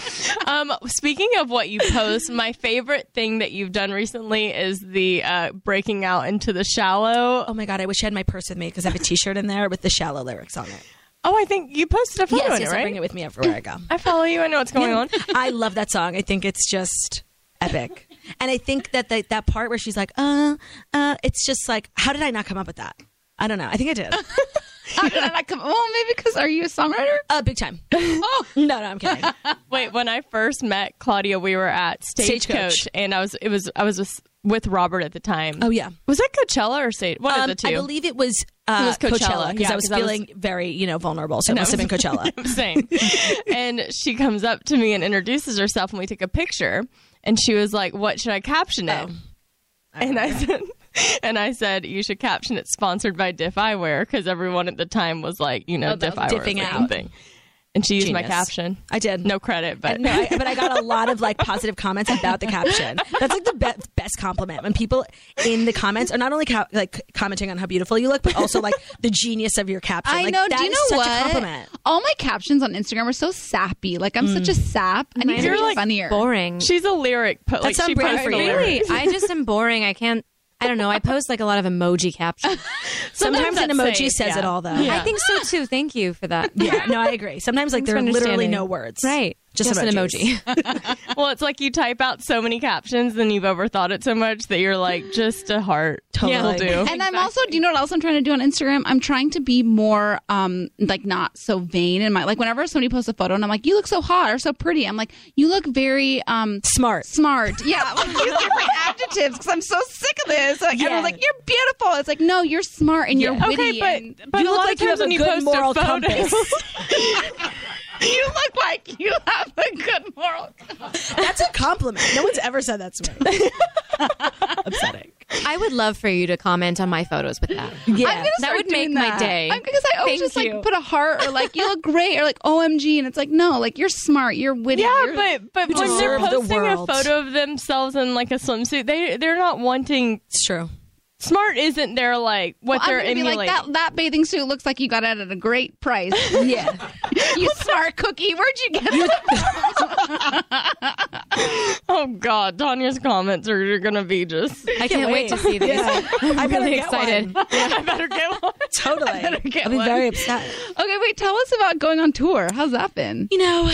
B: Um, speaking of what you post, my favorite thing that you've done recently is the uh, breaking out into the shallow.
J: Oh my god, I wish I had my purse with me because I have a T-shirt in there with the shallow lyrics on it.
B: Oh, I think you posted a photo
J: yes,
B: in
J: yes,
B: it, right?
J: I bring it with me everywhere I go.
B: I follow you. I know what's going
J: Yeah.
B: on.
J: I love that song. I think it's just epic. And I think that the, that part where she's like, uh, uh, it's just like, how did I not come up with that? I don't know. I think I did.
A: I don't know, like, come- well, maybe because are you a songwriter?
J: Uh, big time. oh. No, no, I'm kidding.
B: Wait, when I first met Claudia, we were at Stagecoach,
J: Stagecoach.
B: and I was it was I was with, with Robert at the time.
J: Oh, yeah.
B: was that Coachella or Stage? One
J: Um,
B: of the two.
J: I believe it was, uh,
B: It was Coachella,
J: because
B: yeah,
J: I was
B: 'cause I was-
J: feeling very, you know, vulnerable. So it
B: No.
J: must have been Coachella.
B: Same. and she comes up to me and introduces herself, and we take a picture. And she was like, "What should I caption
J: Oh.
B: it?" and I said, "And I said you should caption it sponsored by Diff Eyewear because everyone at the time was like, you know,
J: Oh, the
B: Diff Eyewear is
J: diffing
B: like
J: out.
B: a thing." And she used my
J: Genius.
B: caption.
J: I did.
B: No credit, but
J: No, I, but I got a lot of like positive comments about the caption. That's like the be- best compliment when people in the comments are not only co- like commenting on how beautiful you look, but also like the genius of your caption.
A: I
J: Like,
A: know.
J: that
A: Do you
J: is
A: know
J: such
A: what?
J: a compliment. Mm.
A: All my captions on Instagram are so sappy. Like I'm such a sap. I need to
B: You're,
A: be
B: like,
A: funnier.
D: Boring.
B: she's a lyric poet. Like,
J: That's
B: she
J: not brave
B: posts
J: for
B: the
J: you.
B: lyrics.
D: Really? I just am boring. I can't. I don't know. I post like a lot of emoji captions.
J: Sometimes an
B: that's
J: emoji
B: safe,
J: says
B: yeah.
J: it all, though.
B: Yeah.
D: I think so too. Thank you for that.
J: Yeah, no, I agree. Sometimes like
D: Thanks
J: there are
D: for
J: literally
D: understanding.
J: no words.
D: Right.
J: Just
D: Just an
J: emojis.
D: emoji.
B: Well, it's like you type out so many captions and you've overthought it so much that you're like, just a heart. Will
J: Totally.
B: do.
A: And I'm also, do you know what else I'm trying to do on Instagram? I'm trying to be more, um, like not so vain in my, like whenever somebody posts a photo and I'm like, you look so hot or so pretty. I'm like, you look very, um,
J: Smart.
A: smart. Yeah. I'm like, use different adjectives because I'm so sick of this. Like,
J: Yeah.
A: Everyone's like, you're beautiful. It's like, no, you're smart and you're
J: Yeah.
A: witty.
B: Okay,
A: and
B: but, but
J: You
B: a
J: look
B: lot
J: like
B: of
J: you
B: times
J: have a
B: when you
J: good
B: post
J: moral
B: a photo,
J: compass.
A: you look like you have a good moral.
J: That's a compliment. No one's ever said that to me. Upsetting.
D: I would love for you to comment on my photos with that.
A: I'm gonna
D: that
A: start
D: would make
A: doing
D: my
A: that.
D: day.
A: I'm- because I always
D: Thank
A: just
D: you.
A: like put a heart or like you look great or like OMG, and it's like no, like you're smart, you're witty. Yeah,
B: but but when they're posting a photo of themselves in like a swimsuit, they they're not wanting.
J: It's true.
B: Smart isn't their like what
A: well,
B: they're
A: I'm gonna be
B: emulating.
A: like that. That bathing suit looks like you got it at a great price. yeah, you smart cookie. Where'd you get that?
B: oh God, Tanya's comments are you're gonna be just.
D: I can't wait to see these. I'm really excited.
B: I better get one.
J: Totally.
A: get
J: I'll be
A: one.
J: very upset.
A: okay, wait. Tell us about going on tour. How's that been?
J: You know,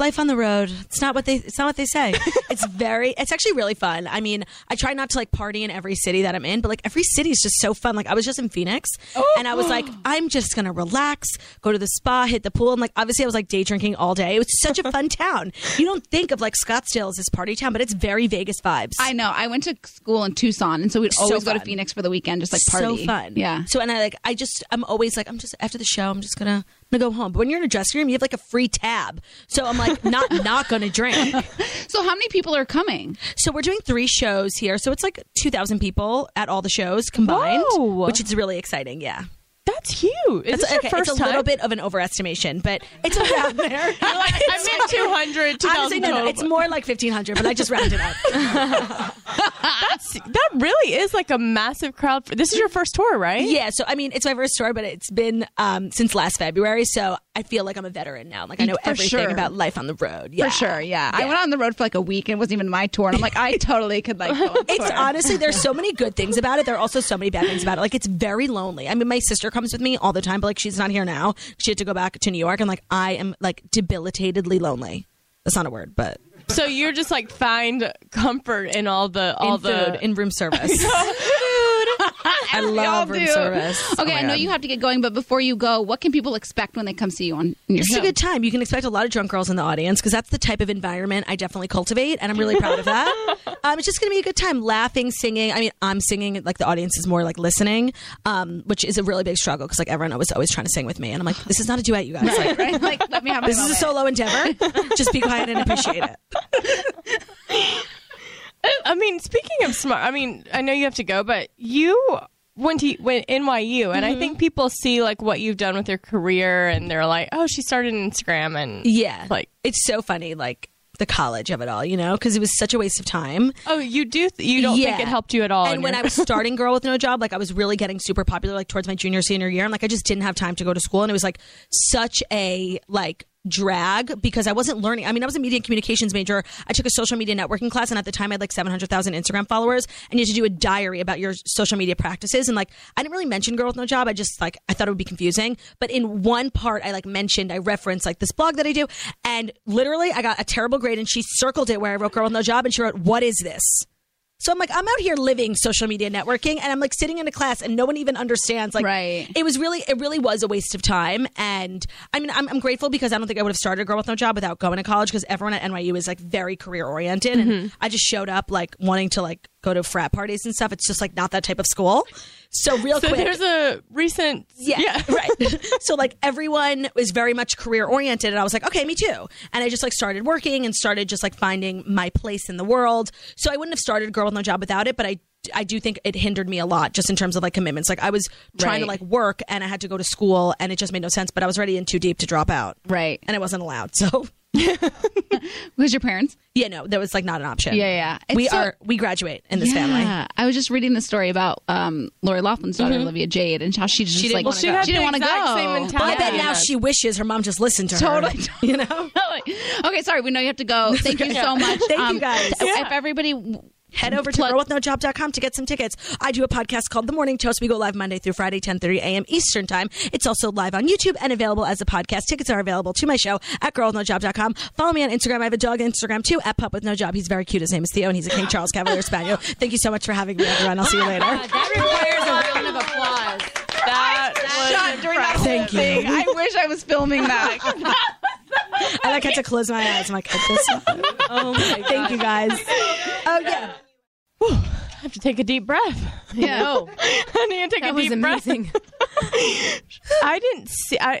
J: life on the road. It's not what they. It's not what they say. it's very. It's actually really fun. I mean, I try not to like party in every city that I'm in, but like every city is just so fun. Like I was just in Phoenix, and I was like,
A: Oh.
J: I'm just gonna relax, go to the spa, hit the pool, and like obviously I was like day drinking all day. It was such a fun town. You don't think of like Scottsdale as this party town, but it's very Vegas vibes.
A: I know. I went to school in Tucson, and so we'd
J: So
A: always go to
J: fun.
A: Phoenix for the weekend, just like party.
J: So fun.
A: Yeah.
J: So and I like I just I'm always like I'm just after the show I'm just gonna I'm gonna go home. But when you're in a dressing room, you have like a free tab. So I'm like not not gonna drink.
A: So how many people are coming?
J: So we're doing three shows here. So it's like two thousand people at all the shows combined,
B: Whoa.
J: which is really exciting. Yeah.
B: That's huge. Is this
J: That's,
B: your
J: okay,
B: first
J: it's a little
B: time?
J: bit of an overestimation, but it's around there.
B: I meant 200, 2000
J: Honestly, no, no,
B: total.
J: it's more like fifteen hundred, but I just rounded up.
B: That's that really is like a massive crowd. For, this is your first tour, right?
J: Yeah, so I mean, it's my first tour, but it's been um, since last February, so I feel like I'm a veteran now. Like I know
A: For
J: everything
A: sure.
J: about life on the road. Yeah.
A: For sure, yeah. I went on the road for like a week and it wasn't even my tour. And I'm like, I totally could like. Go on
J: It's
A: tour.
J: honestly, there's so many good things about it. There are also so many bad things about it. Like, it's very lonely. I mean, my sister comes with me all the time, but like, she's not here now. She had to go back to New York, and like, I am like debilitatedly lonely. That's not a word, but
B: So you're just like find comfort in all the all
J: in
B: the
J: food, in room service. I
A: We all
J: love room
A: do.
J: service. Oh
A: Okay,
J: my
A: I know
J: God.
A: you have to get going, but before you go, what can people expect when they come see you on your
J: It's
A: show?
J: a good time. You can expect a lot of drunk girls in the audience because that's the type of environment I definitely cultivate, and I'm really proud of that. um, it's just going to be a good time, laughing, singing. I mean, I'm singing, like the audience is more like listening, um, which is a really big struggle because like everyone was always trying to sing with me, and I'm like, this is not a duet, you guys. Like,
A: right? Like, let me have my
J: this is a
A: moment.
J: solo endeavor. just be quiet and appreciate it.
B: Uh, I mean, speaking of smart, I mean, I know you have to go, but you went to went NYU, and I
J: Mm-hmm.
B: think people see like what you've done with your career, and they're like, "Oh, she started an Instagram," and
J: Yeah,
B: like,
J: it's so funny, like the college of it all, you know, because it was such a waste of time.
B: "Oh, you do, th- you don't think
J: Yeah.
B: it helped you at all?" in
J: And when
B: your-
J: I was starting Girl with No Job, like I was really getting super popular, like towards my junior senior year, and like I just didn't have time to go to school, and it was like such a like drag because I wasn't learning. I mean, I was a media and communications major. I took a social media networking class, and at the time I had like seven hundred thousand Instagram followers, and you had to do a diary about your social media practices, and like I didn't really mention Girl with No Job. I just like I thought it would be confusing, but in one part I like mentioned I referenced like this blog that I do, and literally I got a terrible grade, and she circled it where I wrote Girl with No Job, and she wrote, "What is this?" So I'm like, I'm out here living social media networking, and I'm like sitting in a class, and no one even understands. Like,
A: Right.
J: it was really, it really was a waste of time. And I mean, I'm, I'm grateful because I don't think I would have started Girl with No Job without going to college because everyone at NYU is like very career oriented,
B: Mm-hmm.
J: and I just showed up like wanting to like go to frat parties and stuff. It's just like not that type of school. So real
B: so
J: quick,
B: there's a recent
J: yeah, right. so like everyone was very much career oriented, and I was like, okay, me too. And I just like started working and started just like finding my place in the world. So I wouldn't have started Girl with No Job without it, but I. I do think it hindered me a lot just in terms of like commitments. Like I was trying to
A: Right.
J: like work and I had to go to school and it just made no sense, but I was already in too deep to drop out.
A: Right.
J: And I wasn't allowed. So
A: Who's your parents?
J: yeah, no, that was like not an option.
A: Yeah, yeah. It's
J: We
A: so-
J: are we graduate in this family.
A: Yeah. I was just reading the story about um, Lori Laughlin's daughter, Olivia Jade, and how she just
J: didn't
A: like
J: wanna go.
A: she didn't want to
B: She had the
A: go.
B: exact same
J: Well, I
B: mentality.
J: bet now she wishes her mom just listened to her.
A: Totally.
J: You know?
A: okay, sorry. We know you have to go. Oh, Thank you so much.
J: Thank you,
H: Um,
J: guys.
A: t- If everybody w-
J: Head over to
A: Plug-
J: girlwithnojob.com to get some tickets. I do a podcast called The Morning Toast. We go live Monday through Friday, 10.30 a.m. Eastern Time. It's also live on YouTube and available as a podcast. Tickets are available to my show at girlwithnojob.com. Follow me on Instagram. I have a dog on Instagram too, at pup with no job. He's very cute. His name is Theo, and he's a King Charles Cavalier Spaniel. Thank you so much for having me, everyone. I'll see you later.
C: That requires a round of applause.
B: that was impressive.
J: Thank you.
A: I wish I was filming that.
J: I like had to close my eyes. I'm like, this. Oh my Thank you guys. Oh, yeah.
B: I have to take a deep breath.
A: yeah.
B: I need to take
D: That
B: a
D: was
B: deep breath.
D: amazing.
B: I didn't see. I I-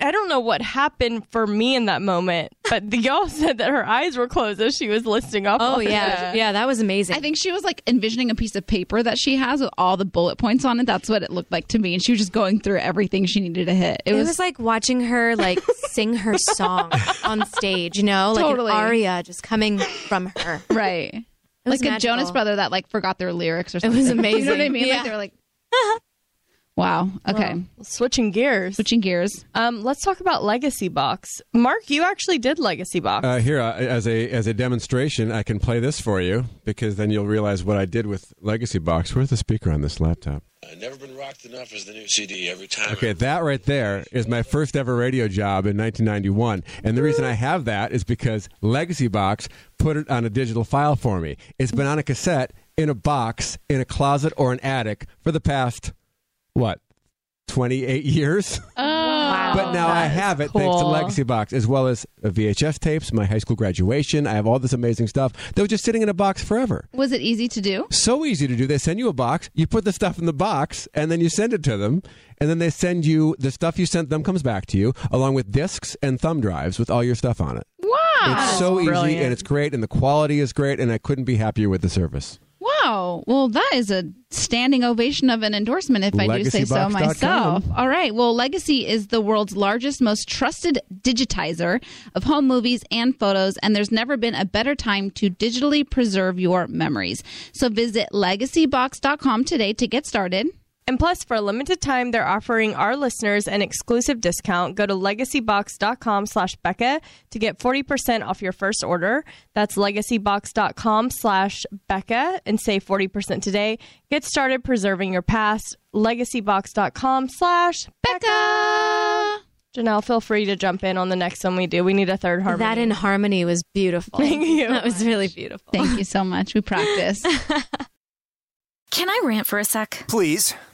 B: I don't know what happened for me in that moment, but the, y'all said that her eyes were closed as she was listing off. all of Oh, that.
H: Oh, that was amazing. I think she was like envisioning a piece of paper that she has with all the bullet points on it. That's what it looked like to me, and she was just going through everything she needed to hit. It,
D: It, was, like watching her like sing her song on stage, you know, like
H: Totally.
D: an aria just coming from her.
H: Right.
D: was
H: like a Jonas
D: magical.
H: brother that like forgot their lyrics or
D: It
H: something.
D: was
H: You know what I
D: amazing.
H: mean?
D: Yeah.
H: Like they were like, wow. Okay.
B: Well, switching gears.
H: Switching gears.
B: Um, let's talk about Legacy Box. Mark, you actually did Legacy Box.
E: Uh, here, uh, as a as a demonstration, I can play this for you because then you'll realize what I did with Legacy Box. Where's the speaker on this laptop?
J: I've never been rocked enough is the new CD. Every time
E: Okay, that right there is my first ever radio job in 1991. And the reason I have that is because Legacy Box put it on a digital file for me. It's been on a cassette in a box in a closet or an attic for the past, what, 28 years?
B: Oh,
E: but now I have it thanks to
K: cool.
E: Legacy Box, as well as uh, VHS tapes, my high school graduation. I have all this amazing stuff that was just sitting in a box forever.
H: Was it easy to do?
E: So easy to do. They send you a box, you put the stuff in the box, and then you send it to them. And then they send you the stuff you sent them comes back to you, along with discs and thumb drives with all your stuff on it.
H: Wow.
E: It's so easy and it's great, and the quality is great, and I couldn't be happier with the service.
H: Wow. Well, that is a standing ovation of an endorsement, if I do say so
E: LegacyBox.com.
H: myself. All right. Well, Legacy is the world's largest, most trusted digitizer of home movies and photos, and there's never been a better time to digitally preserve your memories. So visit legacybox.com today to get started.
B: And plus, for a limited time, they're offering our listeners an exclusive discount. Go to legacybox.com slash Becca to get 40% off your first order. That's legacybox.com slash Becca and save 40% today. Get started preserving your past. Legacybox.com slash Becca. Janelle, feel free to jump in on the next one we do. We need a third harmony.
H: That in
D: harmony was beautiful.
B: Thank you.
D: That was really beautiful.
H: Thank you so much. We practice.
L: Can I rant for a sec?
G: Please.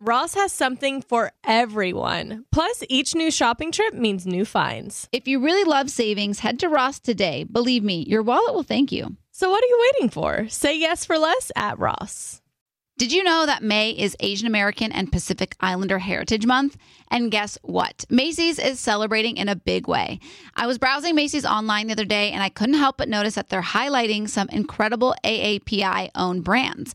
B: Ross has something for everyone. Plus, each new shopping trip means new finds.
A: If you really love savings, head to Ross today. Believe me, your wallet will thank you.
B: So, what are you waiting for? Say yes for less at Ross.
H: Did you know that May is Asian American and Pacific Islander Heritage Month? And guess what? Macy's is celebrating in a big way. I was browsing Macy's online the other day and I couldn't help but notice that they're highlighting some incredible AAPI owned brands.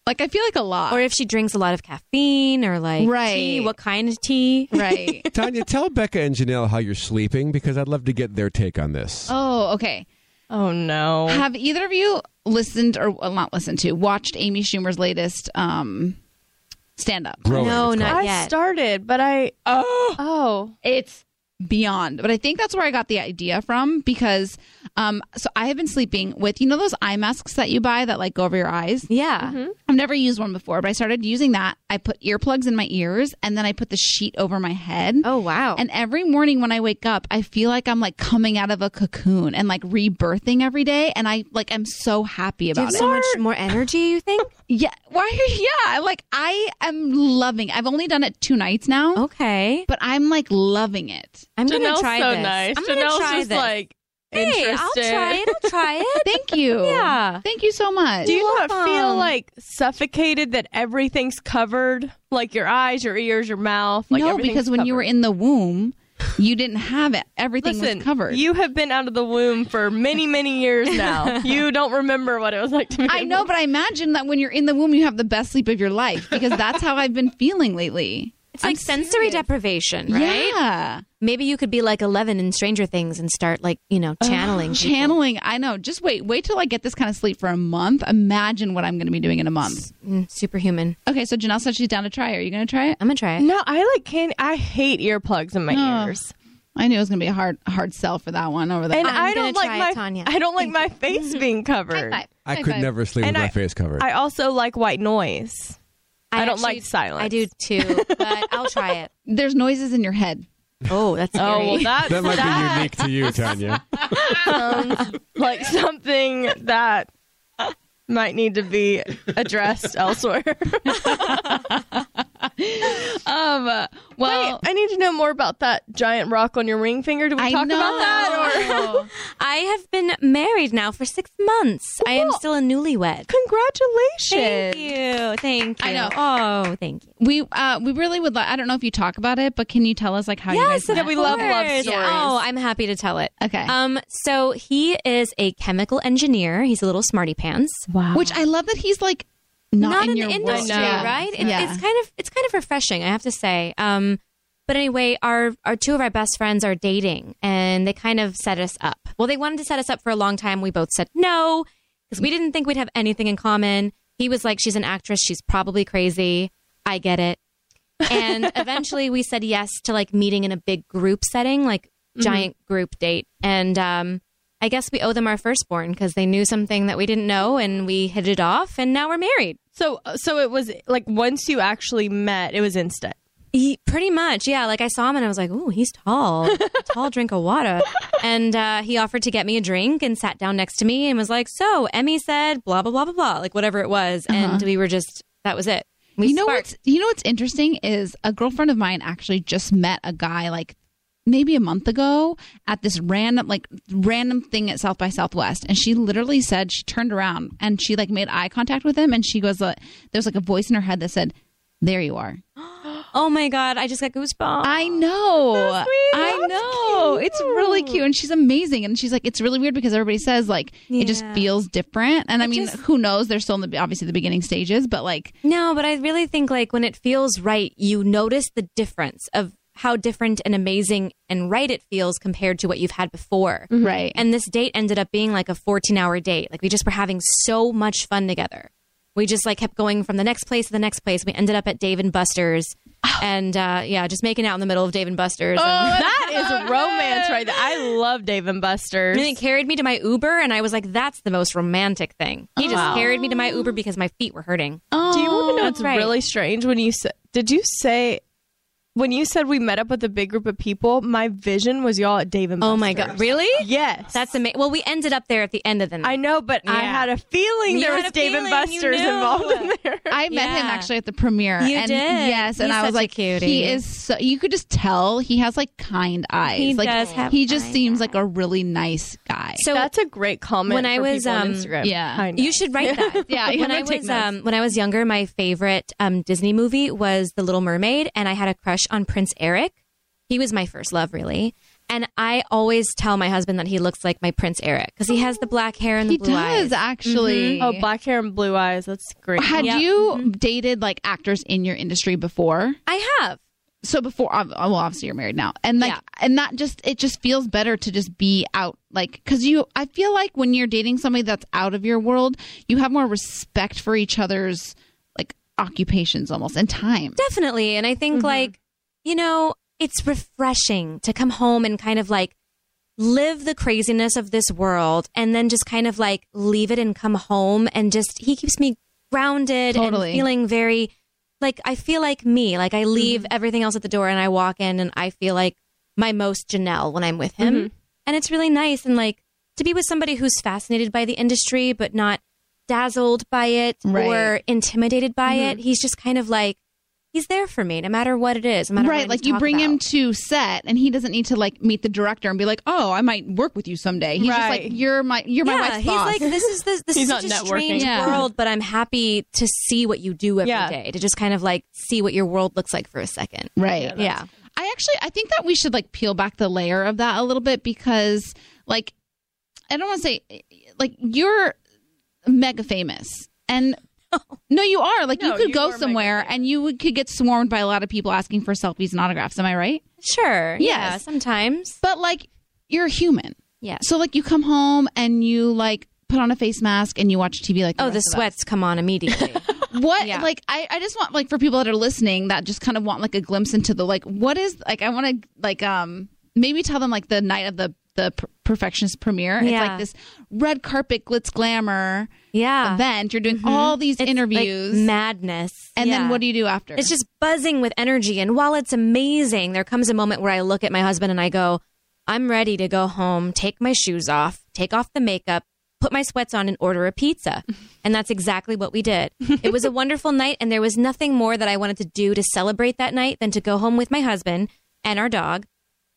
A: like, I feel like a lot.
D: Or if she drinks a lot of caffeine or like
A: Right.
D: tea, what kind of tea?
A: Right.
E: Tanya, tell Becca and Janelle how you're sleeping because I'd love to get their take on this.
A: Oh, okay.
B: Oh no.
A: Have either of you listened or well, not listened to watched Amy Schumer's latest um, stand up?
B: Growing, No, it's not called. yet. I
A: started, but I oh oh it's beyond. But I think that's where I got the idea from because um, so I have been sleeping with you know those eye masks that you buy that like go over your eyes. Yeah, I've never used one before, but I started using that. I put earplugs in my ears and then I put the sheet over my head. Oh wow! And every morning when I wake up, I feel like I'm like coming out of a cocoon and like rebirthing every day, and I like I'm so happy
D: Do
A: about
D: you have
A: it.
D: so much more energy, you think?
A: Yeah. Why? Yeah. Like I am loving. I've only done it two nights now.
D: Okay.
A: But I'm like loving it.
D: I'm gonna
A: Janelle's
D: try
A: so
D: this.
A: nice.
D: I'm gonna
A: Janelle's
D: try
A: just,
D: this.
A: like,
D: hey, I'll
A: interested.
D: try it. I'll try it.
A: Thank you.
D: Yeah.
A: Thank you so much.
B: Do you not feel like suffocated that everything's covered? Like your eyes, your ears, your mouth? Like
A: no?
B: everything's
A: Because when you
B: covered.
A: were in the womb, you didn't have it. Everything
B: Listen,
A: was covered.
B: You have been out of the womb for many, many years now. you don't remember what it was like to be.
A: I know, but I imagine that when you're in the womb, you have the best sleep of your life because that's how I've been feeling lately.
D: It's like sensory deprivation, right?
A: Yeah.
D: Maybe you could be like Eleven in Stranger Things and start like you know channeling. people.
A: channeling. I know. Just wait. Wait till I get this kind of sleep for a month. Imagine what I'm going to be doing in a month.
D: Mm, superhuman.
A: Okay, so Janelle said she's down to try. Are you going to try it?
D: I'm going to try it.
B: No, I like can I hate earplugs in my
A: Oh.
B: ears.
A: I knew it was going to be a hard, hard sell for that one over there.
B: And I don't like my I don't like my face being covered.
E: I could never sleep
B: And
E: with
B: I-
E: my face covered.
B: I also like white noise. I, don't like silence.
D: I do too, but I'll try it.
A: There's noises in your head.
D: Oh, that's
B: Oh,
D: scary.
B: well, that's
E: that might
B: that
E: be unique to you, Tanya.
B: sounds Um, like something that might need to be addressed elsewhere.
A: Um, well,
B: I need to know more about that giant rock on your ring finger. Do we
D: I
B: talk about that? Or
A: know.
D: I have been married now for six months. I am still a newlywed.
B: Congratulations.
D: Thank you. Thank you.
A: I know.
D: Oh, thank you.
A: We uh, we really would. Li- I don't know if you talk about it, but can you tell us like how you
D: yes,
A: guys?
D: of
A: met?
D: course. Oh, I'm happy to tell it.
A: Okay.
D: Um, so he is a chemical engineer. He's a little smarty pants. Wow.
A: Which I love that he's like not, in,
D: the
A: your
D: industry,
A: world.
D: right? It-
A: yeah.
D: It's kind of it's kind of refreshing, I have to say. Um, but anyway, our our two of our best friends are dating, and they kind of set us up. Well, they wanted to set us up for a long time. We both said no because we didn't think we'd have anything in common. He was like, "She's an actress. She's probably crazy. I get it." And eventually, we said yes to like meeting in a big group setting, like
B: Mm-hmm.
D: giant group date. And um, I guess we owe them our firstborn because they knew something that we didn't know, and we hit it off, and now we're married.
B: So uh, so it was like once you actually met, it was instant.
D: He, pretty much, yeah. Like I saw him and I was like, "Ooh, he's tall, tall drink of water." And uh, he offered to get me a drink and sat down next to
B: Uh-huh.
D: me and was like, "So Emmy said blah blah blah blah blah," like whatever it was, and we were just that was it.
A: you know what's you know what's interesting is a girlfriend of mine actually just met a guy like maybe a month ago at this random like random thing at South by Southwest and she literally said she turned around and she like made eye contact with him and she goes like there's like a voice in her head that said there you are
D: Oh my god, I just got goosebumps.
A: I know. I know. It's really cute and she's amazing and she's like it's really weird because everybody says like it just
D: Yeah.
A: feels different and I
D: It
A: mean
D: just-
A: who knows they're still in the obviously the beginning stages but like
D: No, but I really think like when it feels right, you notice the difference of how different and amazing and right it feels compared to what you've had before.
B: Mm-hmm.
A: Right.
D: And this date ended up being like a 14 hour date. Like we just were having so much fun together. We just like kept going from the next place to the next place. We ended up at Dave and Buster's and uh, yeah, just making out in the middle of Dave and
B: Oh,
D: Buster's. and-
B: that is romance right there. I love Dave and Buster's.
D: And he carried me to my Uber, and I was like, "That's the most romantic thing." He just
B: Wow.
D: carried me to my Uber because my feet were hurting.
B: Do you want to know
D: Oh, That's
B: what's
D: right.
B: Oh, really strange? When you said, did you say, when you said we met up with a big group of people, my vision was y'all at Dave and Buster's.
D: Oh my god, really?
B: Yes,
D: that's amazing. Well, we ended up there at the end of the night. I
B: know, but I had a feeling there was Dave and Buster's involved in there.
A: I met him
B: Yeah.
A: actually at the premiere.
B: You
A: and
B: did.
A: Yes, and
B: He's
A: I was
B: such a
A: like,
B: cutie.
A: he is. So, you could just tell he has like kind eyes.
D: He
A: like
D: does have
A: he just seems like a really nice guy.
D: So
B: that's a great comment.
D: when I
B: for
D: was
B: people on
D: um,
B: Instagram.
D: yeah,
B: Kind
D: you should write that.
A: Yeah, yeah,
D: when
A: I'm
D: I
A: gonna take
D: was
A: notes.
D: um, when I was younger, my favorite um, Disney movie was The Little Mermaid, and I had a crush on Prince Eric. He was my first love, really. And I always tell my husband that he looks like my Prince Eric because he has the black hair and the
A: He
D: blue
A: does,
D: eyes.
A: actually.
D: Mhm.
B: Oh, black hair and blue eyes. That's great.
A: Had you dated like actors in your industry before?
D: I have.
A: So before, ob- oh, well, obviously you're married now, and like, and that just it just feels better to just be out, like, because you. I feel like when you're dating somebody that's out of your world, you have more respect for each other's like occupations almost and time.
D: Definitely. And I think, like, you know, it's refreshing to come home and kind of like live the craziness of this world and then just kind of like leave it and come home. And just, he keeps me grounded
A: Totally.
D: and feeling very, like, I feel like me. Like, I leave everything else at the door and I walk in and I feel like my most Janelle when I'm with him. And it's really nice. And like, to be with somebody who's fascinated by the industry, but not dazzled by it or
A: Right. Mm-hmm.
D: intimidated by it. He's just kind of like, he's there for me no matter what it is. No matter
A: right, like you bring him to set, and he doesn't need to like meet the director and be like, "Oh, I might work with you someday." He's just like,
D: Right.
A: "You're my, you're my
D: yeah,
A: wife's
D: he's
A: boss."
D: like this is this, this is such a strange world, but I'm happy to see what you do every day.
A: Yeah.
D: To just kind of like see what your world looks like for a second.
A: Right.
D: Yeah.
A: I actually I think that we should like peel back the layer of that a little bit because like I don't want to say like you're mega famous and no you are like you
D: No,
A: could
D: you
A: go
D: are mega
A: somewhere and you would- could get swarmed by a lot of people asking for selfies and autographs am I right?
D: Sure. Yeah.
A: Yes.
D: Sometimes.
A: But like you're a human.
D: Yeah.
A: So like you come home and you like put on a face mask and you watch TV like the
D: Oh, the
A: rest of us.
D: sweats come on immediately.
A: What like I, I just want like for people that are listening that just kind of want like a glimpse into the like what is like I want to like um maybe tell them like the night of the the per- perfectionist premiere it's
D: Yeah.
A: like this red carpet glitz glamour
D: yeah
A: event you're doing all these
D: Mm-hmm. It's, like,
A: interviews
D: madness
A: and
D: Yeah.
A: then what do you do after
D: It's just buzzing with energy. And while it's amazing, there comes a moment where I look at my husband and I go, I'm ready to go home, take my shoes off, take off the makeup, put my sweats on, and order a pizza. And that's exactly what we did. It was a wonderful night, and there was nothing more that I wanted to do to celebrate that night than to go home with my husband and our dog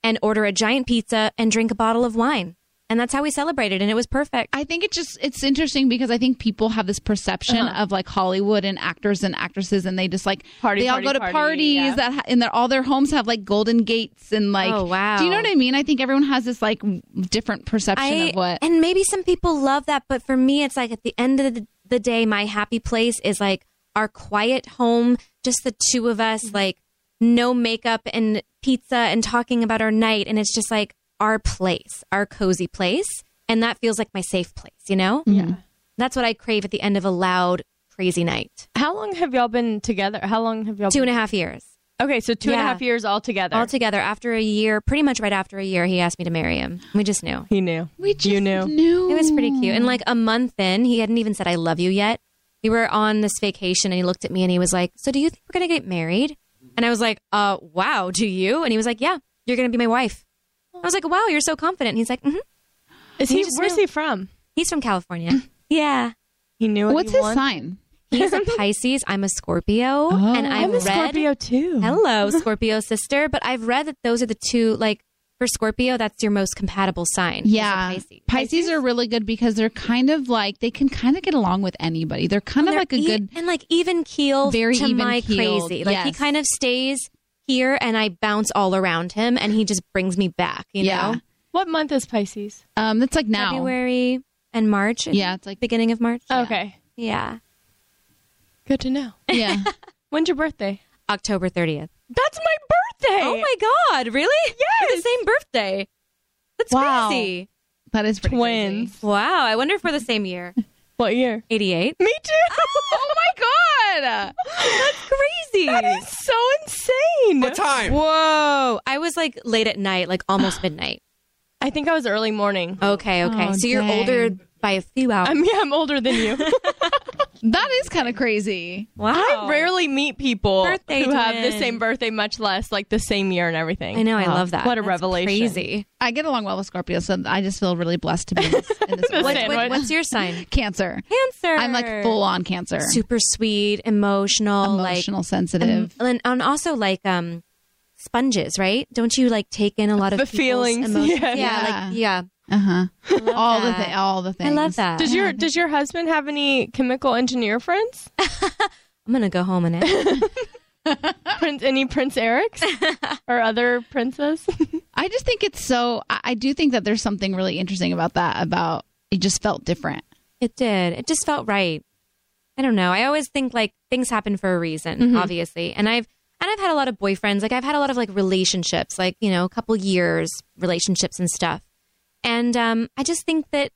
D: and order a giant pizza and drink a bottle of wine. And that's how we celebrated, and it was perfect.
A: I think it's just it's interesting because I think people have this perception
D: Uh-huh.
A: of like Hollywood and actors and actresses, and they just like
D: Party,
A: they all
D: party,
A: go to
D: party,
A: parties
D: yeah.
A: that ha- and their all their homes have like golden gates and like
D: Oh, wow.
A: do you know what I mean? I think everyone has this like w- different perception
D: I-
A: of what
D: And maybe some people love that, but for me, it's like at the end of the, the day, my happy place is like our quiet home, just the two of us,
B: Mm-hmm.
D: like no makeup and pizza and talking about our night. And it's just like our place, our cozy place. And that feels like my safe place, you know? Yeah. That's what I crave at the end of a loud, crazy night.
B: How long have y'all been together? How long have y'all
D: Two
B: been?
D: and a half years.
B: Okay, so two and a half
D: Yeah.
B: years all together.
D: All together after a year, pretty much right after a year, he asked me to marry him. We just knew.
B: He knew.
A: We just you knew.
D: It was pretty cute. And like a month in, he hadn't even said I love you yet. We were on this vacation and he looked at me and he was like, "So do you think we're going to get married?" And I was like, "Uh, wow, do you?" And he was like, "Yeah, you're going to be my wife." I was like, "Wow, you're so confident." And he's like, "Mhm."
B: Is
D: And
B: he?
D: you just
B: Where's
D: knew.
B: he from?
D: He's from California. yeah.
B: He knew.
A: What's his sign?
D: He's a Pisces. I'm a Scorpio,
B: Oh.
D: and I've
B: I'm a
D: read
B: Scorpio, too.
D: Hello, Scorpio sister. But I've read that those are the two. Like for Scorpio, that's your most compatible sign. is a
A: Yeah.
D: Pisces.
A: Pisces. are really good because they're kind of like they can kind of get along with anybody. They're kind of
D: They're
A: like a
D: e-
A: good
D: and like even keel
A: very
D: to
A: even
D: my
A: keeled,
D: crazy. Like he
A: yes.
D: kind of stays here, and I bounce all around him, and he just brings me back. You
A: Yeah.
D: know.
B: What month is Pisces?
A: Um, that's like now.
D: February and March.
A: Yeah, it's like
D: beginning of March.
B: Okay.
D: Yeah.
B: Good to know.
A: Yeah.
B: When's your birthday?
D: October 30th.
B: That's my birthday.
D: Oh my god, really? Yes. We're the same birthday. That's
B: Wow.
D: crazy.
A: That is pretty
B: Twins.
D: Wow, I wonder if we're the same year.
B: What year?
D: 88.
B: Me too. oh
A: my god.
D: Crazy. That
B: is so insane.
D: What time? Whoa. I was like late at night, like almost midnight.
B: I think I was early morning.
D: Okay, okay.
A: Oh,
D: so you're
A: dang.
D: older by a few hours.
B: I'm yeah, I'm older than you.
A: That is kind of crazy.
D: Wow.
B: I rarely meet people
A: Birthday
B: who have the
A: twin.
B: same birthday, much less like the same year and everything.
A: I know, I
B: Wow.
A: love that.
B: What a
A: That's
B: revelation!
A: crazy. I get along well with Scorpio, so I just feel really blessed to be in this. In this
D: What- what-
A: sandwich.
D: what's your sign?
A: Cancer.
D: Cancer.
A: I'm like full on cancer.
D: Super sweet, emotional,
A: Emotional,
D: like
A: sensitive.
D: and, and also like um sponges, right? Don't you like take in a lot of
B: The
D: people's
B: feelings,
D: emotions?
B: yeah.
D: yeah, like, yeah.
A: Uh
D: huh.
A: All the thi- all the
D: I
A: things.
D: love that.
B: Does your does your husband have any chemical engineer friends?
D: I'm gonna go home and ask.
B: Prince, any Prince Erics or other princes?
A: I just think it's so. I, I do think that there's something really interesting about that. About it just felt different.
D: It did. It just felt right. I don't know. I always think like things happen for a reason,
B: Mm-hmm.
A: Mhm.
D: obviously. And I've and I've had a lot of boyfriends. Like I've had a lot of like relationships, like, you know, a couple years relationships and stuff. And um I just think that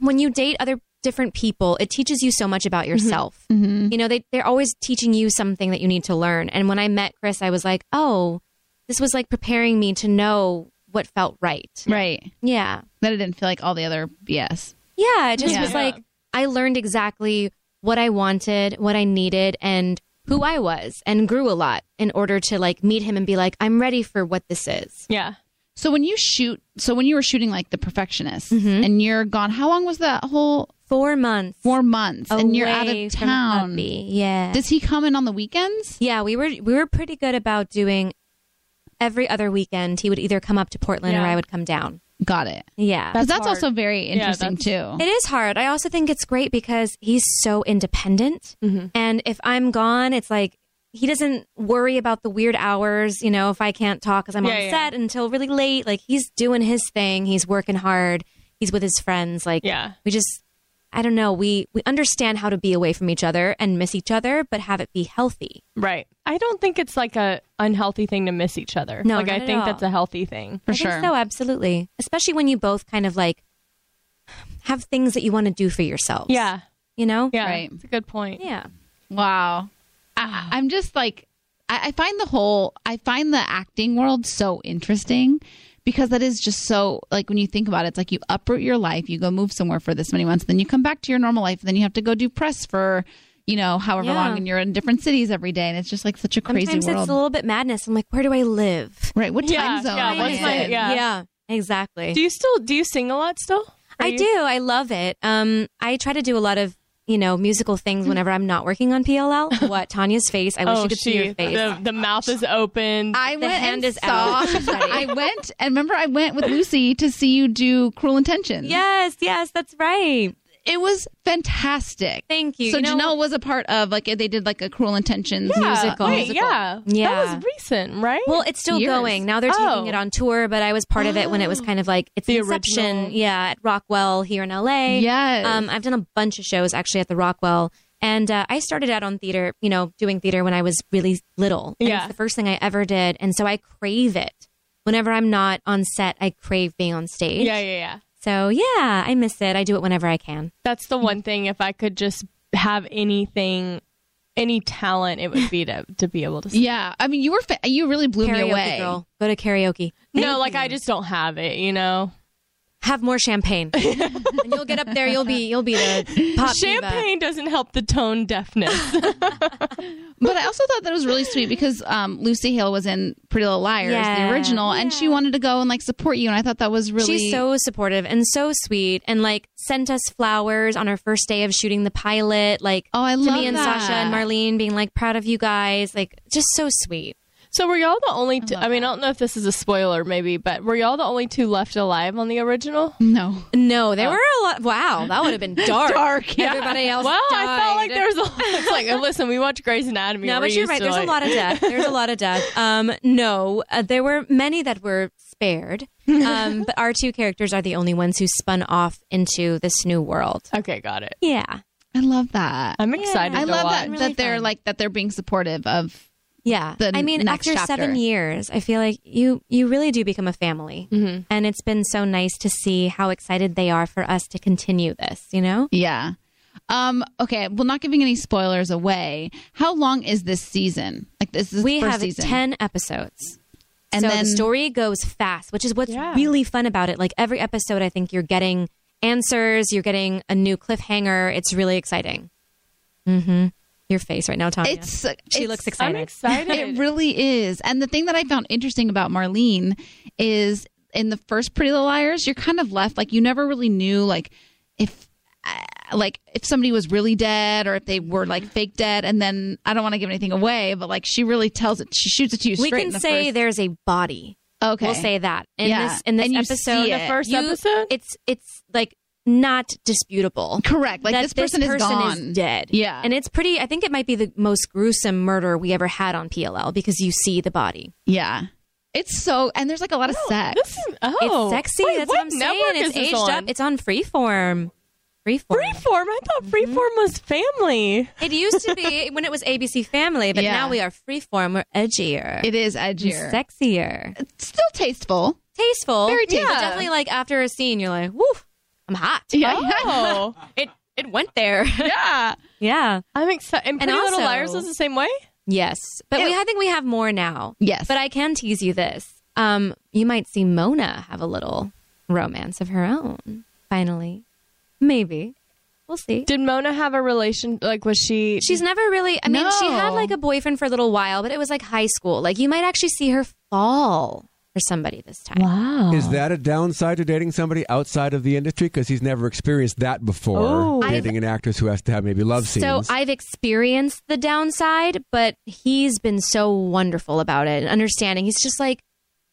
D: when you date other different people, it teaches you so much
B: Mm-hmm.
D: about yourself.
A: Mm-hmm.
D: You know, they they're always teaching you something that you need to learn. And when I met Chris, I was like, "Oh, this was like preparing me to know what felt right."
A: Right.
D: Yeah.
A: That it didn't feel like all the other BS.
D: Yeah, it just
A: Yeah.
D: was like I learned exactly what I wanted, what I needed, and who I was, and grew a lot in order to like meet him and be like, I'm ready for what this is.
B: Yeah.
A: So when you shoot, so when you were shooting like the perfectionist, and you're gone, how long was that whole
D: Mm-hmm. four months?
A: Four months, and you're out
D: Away
A: of
D: from
A: town.
D: hubby, yeah.
A: Does he come in on the weekends?
D: Yeah, we were we were pretty good about doing every other weekend. He would either come up to Portland or
A: Yeah.
D: I would come down.
A: Got it.
D: Yeah,
A: 'Cause that's also very interesting too.
D: It is hard. I also think it's great because he's so independent.
B: Mm-hmm.
D: And if I'm gone, it's like he doesn't worry about the weird hours, you know, if I can't talk because I'm
A: Yeah,
D: on
A: yeah.
D: set until really late. Like he's doing his thing, he's working hard, he's with his friends. Like, yeah. we just, I don't know, we, we understand how to be away from each other and miss each other, but have it be healthy.
B: Right. I don't think it's like a unhealthy thing to miss each other.
D: No,
B: like
D: not
B: I
D: at
B: think
D: all.
B: that's a healthy thing.
D: I think so, absolutely. Especially when you both kind of like have things that you want to do for yourselves.
B: Yeah.
D: You know?
B: Yeah. It's a good point.
D: Yeah.
A: Wow. I, I'm just like, I, I find the whole, I find the acting world so interesting because that is just so, like, when you think about it, it's like you uproot your life, you go move somewhere for this many months, then you come back to your normal life, and then you have to go do press for, you know, however
D: Yeah.
A: long, and you're in different cities every day. And it's just like such a crazy
D: Sometimes
A: world.
D: it's a little bit madness. I'm like, where do I live?
A: Right. What
B: Yeah, time zone yeah, am I what's my- in? yeah.
D: Yeah, Exactly.
B: Do you still do you sing a lot still?
D: I
B: you-
D: do. I love it. Um, I try to do a lot of you know musical
B: Hmm.
D: things whenever I'm not working on PLL. What Tanya's face? I wish you could see
B: Oh, she-
D: your face.
B: The, the mouth is open.
A: I went
D: hand
A: and
D: is
A: saw.
D: out.
A: I went and remember I went with Lucy to see you do Cruel Intentions.
D: Yes, yes, that's right.
A: It was fantastic.
D: Thank you.
A: So
D: You know-
A: Janelle was a part of like they did like a Cruel Intentions
D: Yeah,
A: musical.
D: wait, yeah. Yeah.
B: That was recent, right?
D: Well, it's still
A: Years.
D: going. Now they're
A: Oh.
D: taking it on tour, but I was part of it when it was kind of like it's the Inception,
A: original.
D: yeah, at Rockwell here in LA.
A: Yes.
D: Um, I've done a bunch of shows actually at the Rockwell. And uh, I started out on theater, you know, doing theater when I was really little. And
A: Yeah.
D: It's the first thing I ever did. And so I crave it. Whenever I'm not on set, I crave being on stage.
B: Yeah, yeah, yeah.
D: So yeah, I miss it. I do it whenever I can.
B: That's the one thing. If I could just have anything, any talent, it would be to to be able to. Sing.
A: Yeah, I mean you were fa- you really blew me
D: Karaoke
A: away.
D: girl. Go to karaoke.
B: No, like I just don't have it. You know.
D: Have more champagne. and you'll get up there. You'll be you'll be the pop diva.
B: Champagne doesn't help the tone deafness.
A: But I also thought that was really sweet because um, Lucy Hale was in Pretty Little Liars,
D: Yeah.
A: the original, and she wanted to go and like support you, and I thought that was really
D: She's so supportive and so sweet and like sent us flowers on our first day of shooting the pilot. Like oh, I to
A: love
D: me and Sasha and
A: that.
D: Marlene being like proud of you guys. Like just so sweet.
B: So were y'all the only? Two, I mean, I don't know if this is a spoiler, maybe, but were y'all the only two left alive on the original?
A: No,
D: no, there were a lot. Wow, that would have been dark.
B: dark. Yeah.
D: Everybody else.
B: Well, I felt like
D: died.
B: there's a. It's like uh, listen, we watch Grey's Anatomy.
D: No,
B: we're
D: but you're
B: used
D: right.
B: to,
D: There's
B: like-
D: a lot of death. There's a lot of death. Um, no, uh, there were many that were spared, um, but our two characters are the only ones who spun off into this new world.
B: Okay, got it.
D: Yeah,
A: I love that.
B: I'm excited.
A: I
B: to
A: love
B: watch.
A: that that they're like that they're being supportive of.
D: Yeah,
A: the
D: I mean,
A: next
D: after
A: chapter. Mm-hmm.
D: seven years, I feel like you you really do become a family, and it's been so nice to see how excited they are for us to continue this. You know?
A: Yeah. Um. Okay. Well, not giving any spoilers away. How long is this season? Like this is
D: we
A: the first
D: have
A: season.
D: 10 episodes
A: And
D: and so
A: then-
D: the story goes fast which is what's
A: Yeah.
D: really fun about it like every episode i think you're getting answers you're getting a new cliffhanger it's really exciting mm-hmm your face right now Tanya.
A: It's she
D: looks excited. I'm excited.
A: it really is. And the thing that I found interesting about Marlene is in the first Pretty Little Liars, you're kind of left like you never really knew like if uh, like if somebody was really dead or if they were like fake dead. And then I don't want to give anything away, but like she really tells it. She shoots it to you.
D: we
A: straight
D: can
A: in the
D: say
A: first-
D: there's a body
A: Okay.
D: we'll say that in
A: Yeah.
D: this in this
A: And you
D: episode
A: see it. The first
D: episode it's it's like not disputable
A: correct like
D: that
A: this person is gone.
D: dead
A: Yeah.
D: and it's pretty i think it might be the most gruesome murder we ever had on pll because you see the body
A: yeah It's so and there's like a lot of sex.
D: it's sexy.
B: Oh, Wait,
D: That's
B: what
D: oh. what I'm saying.
B: network
D: It's
B: is this
D: aged
B: on?
D: up. It's on Freeform. Freeform. Mm-hmm.
B: Freeform. I thought Freeform was family.
D: It used to be when it was ABC Family, but
B: Yeah.
D: now we are Freeform. We're edgier.
A: It is
D: And
A: edgier.
D: sexier,
A: still tasteful,
D: tasteful,
A: Very tasteful.
D: But definitely, like after a scene, you're like, "Woof, I'm hot."
A: Yeah.
B: Oh.
D: it it went there.
B: Yeah.
D: yeah.
B: I'm excited. And
D: And
B: Pretty Little
D: also-
B: Liars was the same way.
D: Yes, but we, I think we have more now.
A: Yes,
D: but I can tease you this. Um, you might see Mona have a little romance of her own. Finally, maybe we'll see.
B: Did Mona have a relation? Like, was she?
D: She's never really. I mean, she had
B: No.
D: like a boyfriend for a little while, but it was like high school. Like you might actually see her fall for somebody this time. Wow.
A: Oh.
E: Is that a downside to dating somebody outside of the industry? Because he's never experienced that before.
D: Oh.
E: Dating an actress who has to have maybe love
D: So
E: scenes.
D: I've experienced the downside, but he's been so wonderful about it and understanding. He's just like,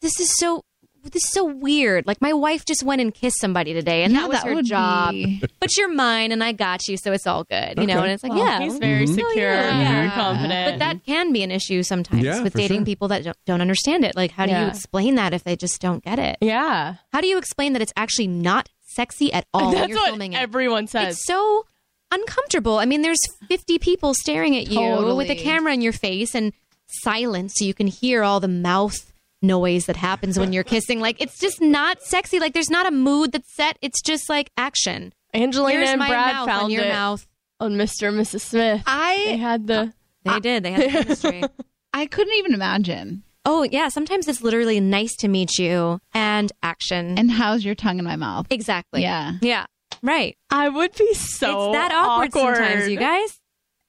D: this is so. This is so weird. Like my wife just went and kissed somebody today, and
A: Yeah,
D: that was
A: that
D: her
A: would
D: job.
A: be-
D: But you're mine, and I got you, so it's all good, you know.
A: Okay.
D: And it's like,
A: Well,
D: yeah,
A: he's very Mhm.
D: Oh,
A: secure, very confident.
D: But that can be an issue sometimes
A: Yeah,
D: with
A: for
D: dating
A: sure.
D: people that don't, don't understand it. Like, how do
A: Yeah.
D: you explain that if they just don't get it?
B: Yeah.
D: How do you explain that it's actually not sexy at all when
B: That's
D: you're
B: what
D: filming it?
B: everyone says.
D: It's so uncomfortable. I mean, there's 50 people staring at you with a
A: Totally.
D: camera in your face and silence so you can hear all the mouth noise that happens when you're kissing. Like, it's just not sexy. Like, there's not a mood that's set. It's just like action.
B: Angelina
D: Here's
B: and
D: my
B: Brad
D: mouth
B: found
D: on your
B: it
D: mouth.
B: on Mr. and Mrs. Oh, Smith.
A: I
B: they had the.
D: They did. They had the chemistry.
A: I couldn't even imagine.
D: Oh, yeah. Sometimes it's literally nice to meet you and action.
A: And how's your tongue in my mouth?
D: Exactly.
A: Yeah.
D: Yeah. Right.
B: I would be so
D: It's that awkward,
B: awkward.
D: sometimes, you guys.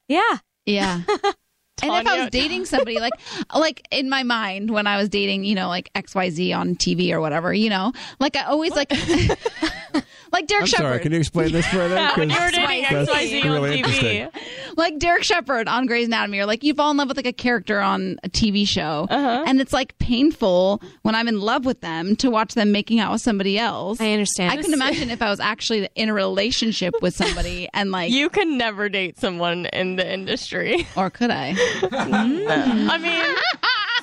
D: Yeah.
A: Oh, Yeah. and if I
D: Tanya-
A: was dating somebody, like, like in my mind when I was dating, you know, like X Y Z on TV or whatever, you know, like I always like, like Derek
E: I'm sorry,
A: Shepard,
E: can you explain this further?
A: Yeah, when you were
E: 'Cause
A: dating
E: that's
A: XYZ on
E: really
A: TV.
E: interesting.
A: like Derek Shepard on Grey's Anatomy, or like you fall in love with like a character on a TV show,
D: Uh-huh.
A: and it's like painful when I'm in love with them to watch them making out with somebody else. I
D: understand.
A: I can imagine if I was actually in a relationship with somebody, and like
B: You can never date someone in the industry.
A: Or could I?
D: Mm.
B: I mean,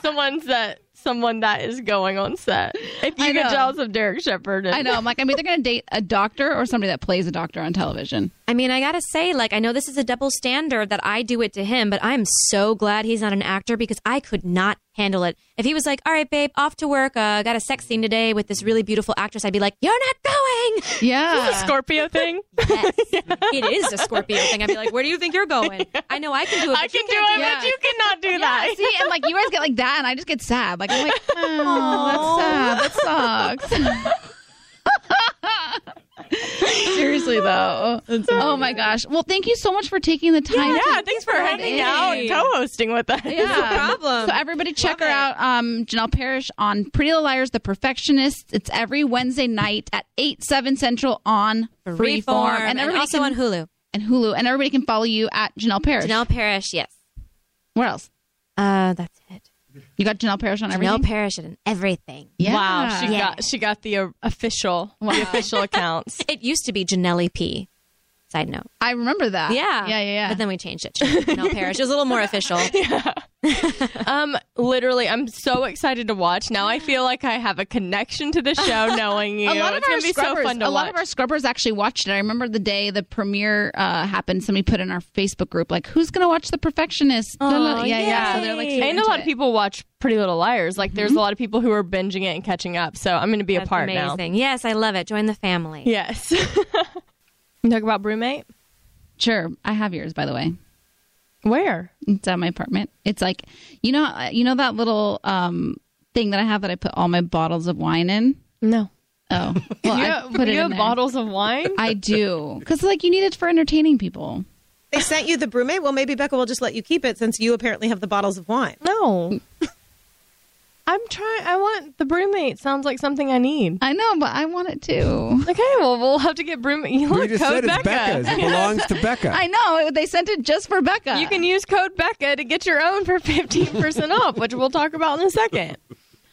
B: someone's that someone that is going on set. If you
A: I
B: get
A: know.
B: jealous of Derek Shepard, and-
A: I know. I'm like, I'm either going to date a doctor or somebody that plays a doctor on television.
D: I mean, I gotta say, like, I know this is a double standard that I do it to him, but I'm so glad he's not an actor because I could not handle it. If he was like, "All right, babe, off to work. Uh, got a sex scene today with this really beautiful actress," I'd be like, "You're not going."
A: Yeah,
B: Is this a Scorpio thing.
D: it is a Scorpio thing. I'd be like, "Where do you think you're going?" I know I can do it.
B: I
D: but you
B: can do
D: can't
B: it, but you cannot do that.
A: See, and like you guys get like that, and I just get sad. Like I'm like, oh, that's sad. That sucks. Seriously though. oh my gosh. Well, thank you so much for taking the time.
B: Yeah,
A: to
B: thanks for
A: come
B: hanging
A: in.
B: out and co-hosting with us.
A: Yeah. So everybody check her out. Um, Janelle Parrish on Pretty Little Liars, The Perfectionists. It's every Wednesday night at 8, 7 central on Freeform.
D: Freeform. And also on Hulu.
A: And Hulu. And everybody can follow you at Janelle Parrish.
D: Janelle Parrish, yes.
A: Where else?
D: Uh, that's it.
A: You got Janelle Parrish on everything?
D: Janelle Parrish on everything.
B: Wow, she got she got the uh, official the official accounts.
D: It used to be Janelle E P. Side note.
A: I remember that.
D: Yeah.
A: Yeah, yeah, yeah.
D: But then we changed it to Janelle Parrish. It was a little more official.
B: um, literally, I'm so excited to watch. Now I feel like I have a connection to the show, knowing you.
A: A lot of
B: it's
A: our
B: gonna be
A: scrubbers,
B: so fun to
A: a lot
B: watch.
A: of our scrubbers actually watched it. I remember the day the premiere uh, happened. Somebody put in our Facebook group like, "Who's gonna watch The Perfectionist?" Blah, blah, yeah, yeah. So they're like, super
B: and a
A: into
B: lot of
A: it.
B: people watch Pretty Little Liars. Like, there's a lot of people who are binging it and catching up. So I'm going to be a
D: Mm-hmm. That's
B: part now.
D: amazing. Yes, I love it. Join the family.
B: Yes. Can talk about roommate?
A: Sure, I have yours by the way.
B: Where?
A: It's at my apartment. It's like you know uh, you know that little um, thing that I have that I put all my bottles of wine in.
B: No.
A: Oh, well,
B: you
A: I
B: have,
A: put
B: you
A: it in
B: have
A: there.
B: bottles of wine.
A: I do because like you need it for entertaining people.
F: They sent you the brewmate. Well, maybe Becca will just let you keep it since you apparently have the bottles of wine.
B: No. I'm trying. I want the brewmate. Sounds like something I need.
A: I know, but I want it too.
B: Okay, well, we'll have to get brewmate. You
E: We
B: look,
E: just said
B: code
E: it's
B: Becca.
E: Becca's. It belongs to Becca.
A: I know they sent it just for Becca.
B: You can use code Becca to get your own for 15% off, which we'll talk about in a second.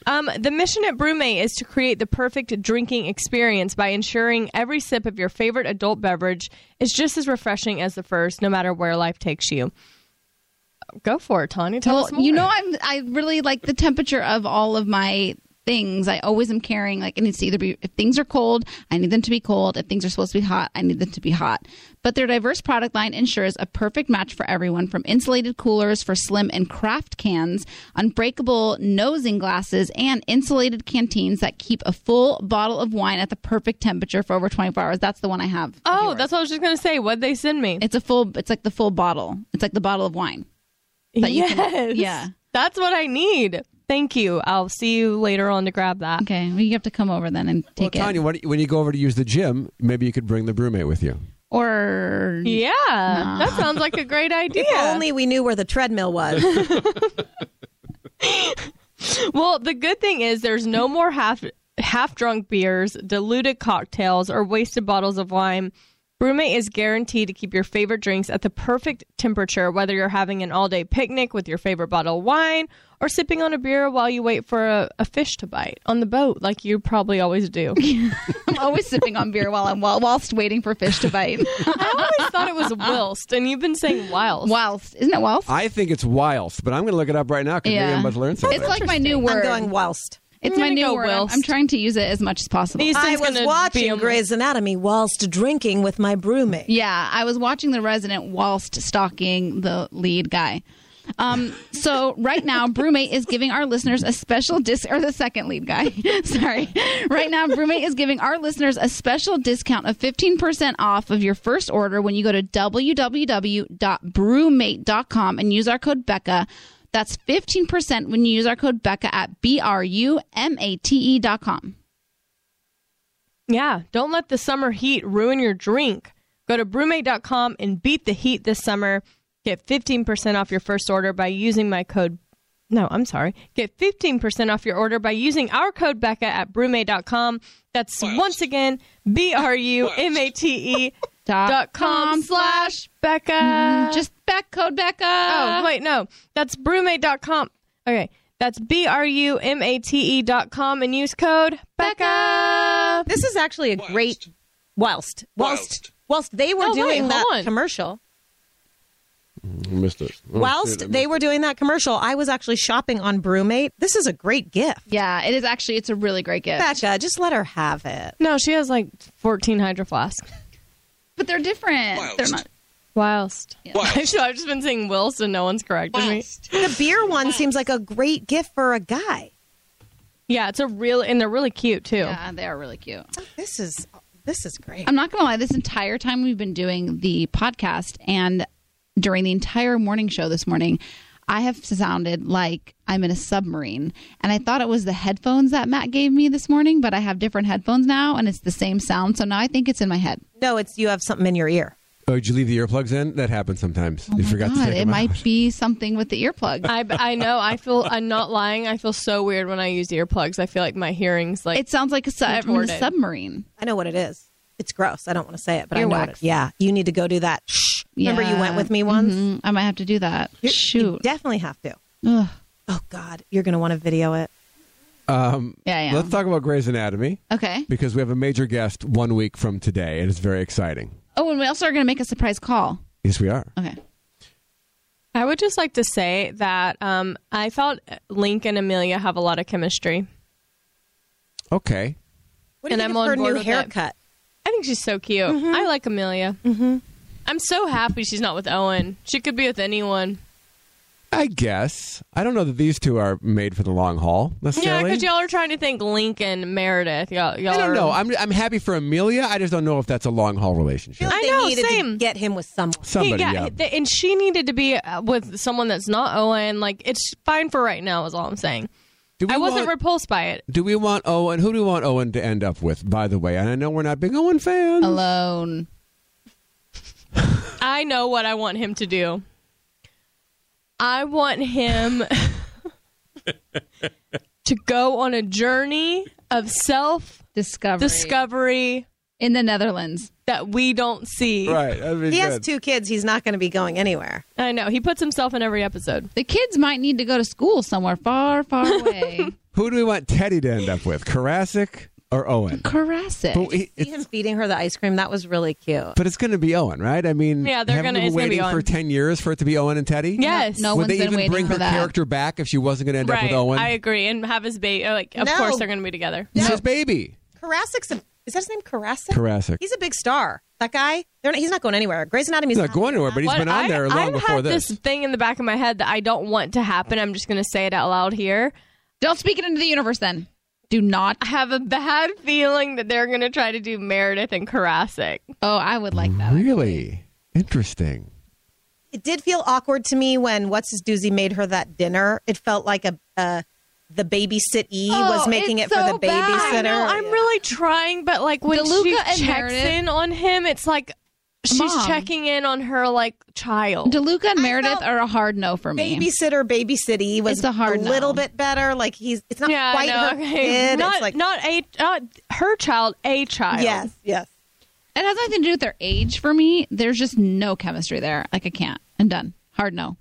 B: Um, the mission at Brewmate is to create the perfect drinking experience by ensuring every sip of your favorite adult beverage is just as refreshing as the first, no matter where life takes you. Go for it, Tanya. Tell
A: well,
B: us more.
A: you know, I'm I really like the temperature of all of my things. I always am carrying like it needs to either be if things are cold, I need them to be cold. If things are supposed to be hot, I need them to be hot. But their diverse product line ensures a perfect match for everyone, from insulated coolers for slim and craft cans, unbreakable nosing glasses, and insulated canteens that keep a full bottle of wine at the perfect temperature for over 24 hours. That's the one I have.
B: oh, that's what I was just going to say. What'd they send me?
A: It's a full. It's like the full bottle. It's like the bottle of wine. that you
B: yes.
A: can- yeah.
B: That's what I need. Thank you. I'll see you later on to grab that.
A: Okay. Well, you have to come over then and take it.
E: Tanya, why don't you- when you go over to use the gym, maybe you could bring the brewmate with you.
A: Or
B: Yeah.
A: Ah.
B: That sounds like a great idea.
F: If only we knew where the treadmill was.
B: Well, the good thing is there's no more half half drunk beers, diluted cocktails, or wasted bottles of wine. Brewmate is guaranteed to keep your favorite drinks at the perfect temperature, whether you're having an all day picnic with your favorite bottle of wine or sipping on a beer while you wait for a, a fish to bite on the boat, like you probably always do.
A: I'm always sipping on beer while I'm while, whilst waiting for fish to bite.
B: I always thought it was whilst, and you've been saying whilst.
A: Whilst. Isn't it whilst?
E: I think it's whilst, but I'm going to look it up right now because maybe I'm about to learn something.
A: Oh. It's like my new word.
F: going whilst.
A: It's
B: I'm
A: my
B: gonna
A: new
B: go
A: word. I'm-
B: whilst.
A: I'm trying to use it as much as possible.
B: These
F: I
B: things
F: was
B: gonna be
F: watching
B: a-
F: Grey's Anatomy whilst drinking with my brewmate.
A: Yeah, I was watching The Resident whilst stalking the lead guy. Um, so right now, Brewmate is giving our listeners a special dis or the second lead guy. Sorry. Right now, Brewmate is giving our listeners a special discount of 15% off of your first order when you go to www.brewmate.com and use our code Becca. That's 15% when you use our code Becca at B R U M A T E dot com.
B: Yeah, don't let the summer heat ruin your drink. Go to brewmate.com and beat the heat this summer. Get 15% off your first order by using my code. No, I'm sorry. Get 15% off your order by using our code Becca at brewmate.com. That's once again B R U M A T E dot com slash Becca.
A: Mm, Just back code Becca.
B: Oh, wait, no. That's brewmate.com. Okay. That's B R U M A T E dot com and use code Becca.
F: This is actually a great whilst whilst whilst they were
B: Oh, wait,
F: doing
B: hold
F: that
B: on.
F: commercial.
E: I missed it. Oh,
F: whilst
E: shoot, I
F: they were doing that commercial, I was actually shopping on Brewmate. This is a great gift.
A: Yeah, it is actually it's a really great gift.
F: Becca, just let her have it.
B: No, she has like 14 hydro flasks.
A: But they're different. They're not.
B: Whilst. Actually, I've just been saying whilst and no one's correcting me.
F: The beer one seems like a great gift for a guy.
B: Yeah, it's a real, and they're really cute too.
A: Yeah, they are really cute.
F: This is this is great.
A: I'm not gonna lie. This entire time we've been doing the podcast and during the entire morning show this morning, I have sounded like I'm in a submarine. And I thought it was the headphones that Matt gave me this morning, but I have different headphones now and it's the same sound. So now I think it's in my head.
F: No, it's you have something in your ear.
E: Oh, did you leave the earplugs in? That happens sometimes. you forgot to
A: Oh God,
E: take
A: it
E: them out.
A: might be something with the earplug.
B: I, I know. I feel. I'm not lying. I feel so weird when I use earplugs. I feel like my hearing's like.
A: It sounds like a,
F: I'm in a
A: submarine.
F: I know what it is. It's gross. I don't want to say it, but I know what
A: Earwax.
F: it, Yeah, you need to go do that. Shh. Remember you went with me once?
A: Mm-hmm. I might have to do that. Shoot.
F: You definitely have to.
A: Ugh.
F: Oh God, you're going to want to video it.
E: Um,
A: yeah,
E: Let's talk about Grey's Anatomy.
A: Okay.
E: Because we have a major guest one week from today, and it's very exciting.
A: Oh, and we also are going to make a surprise call.
E: Yes, we are.
A: Okay.
B: I would just like to say that um, I felt Link and Amelia have a lot of chemistry.
E: Okay.
F: What do you think
B: and I'm
F: of
B: on
F: her
B: board
F: new
B: with
F: haircut?
B: It. I think she's so cute.
F: Mhm.
B: I like Amelia. Mm-hmm. I'm so happy she's not with Owen. She could be with anyone.
E: I guess. I don't know that these two are made for the long haul
B: Yeah,
E: necessarily.
B: because y'all are trying to think Link and Meredith. Y'all, y'all
E: I don't
B: are-
E: know. I'm, I'm happy for Amelia. I just don't know if that's a long haul relationship.
B: I know,
F: needed to
B: same.
F: get him with someone.
E: Somebody, yeah.
B: th- and she needed to be uh, with someone that's not Owen. Like it's fine for right now, is all I'm saying.
E: Do we
B: I wasn't
E: want-
B: repulsed by it.
E: Do we want Owen? Who do we want Owen to end up with, by the way? And I know we're not big Owen fans.
A: Alone.
B: I know what I want him to do. I want him to go on a journey of self
A: discovery.
B: Discovery
A: in the Netherlands
B: that we don't see.
F: he has two kids. He's not going to be going anywhere.
B: I know. He puts himself in every episode.
A: The kids might need to go to school somewhere far, far away.
E: Who do we want Teddy to end up with? Karasik or Owen?
A: Karasik.
E: But, he-
F: See him feeding her the ice cream. That was really cute.
E: but it's going to be Owen, right? I mean,
F: Yeah, they're
E: haven't we
F: gonna-
E: been
F: it's gonna be
E: waiting for
F: Owen.
E: ten years for it to be Owen and Teddy.
B: Yes. No
E: Would
B: one's
E: they
B: been
E: even
B: waiting
E: bring
B: for
E: her
B: that.
E: character back if she wasn't going to end up
B: right.
E: with Owen?
B: I agree. And have his baby. Like, of
F: No.
B: course they're going to be together.
E: It's his baby.
F: Karasik's a, is that his name? Karasik.
E: Karasik.
F: He's a big star. That guy. They're not, he's not going anywhere. Grey's Anatomy's
E: He's not going anywhere, but he's been on there long
B: I've
E: before
B: had
E: this.
B: this. thing in the back of my head that I don't want to happen. I'm just going to say it out loud here.
A: Don't speak it into the universe then. Do not.
B: I have a bad feeling that they're going to try to do Meredith and Karasik.
A: Oh, I would like that.
E: Really interesting.
F: It did feel awkward to me when what's his doozy made her that dinner. It felt like a uh, the babysit e was
B: Oh,
F: making it for the
B: I
F: babysitter.
B: know, I'm really trying, but like when
A: DeLuca
B: she
A: and
B: checks
A: Meredith-
B: in on him, it's like she's
A: Mom.
B: checking in on her like child.
A: DeLuca and Meredith are a hard no for me.
F: Babysitter, babysit e was
A: It's a hard no.
F: little bit better. Like he's it's not
B: yeah, I
F: quite
B: know,
F: her
B: okay.
F: kid.
B: Not
F: it's like
B: not a not her child, a child.
F: yes, yes.
A: It has nothing to do with their age for me. There's just no chemistry there. Like I can't. I'm done. Hard no.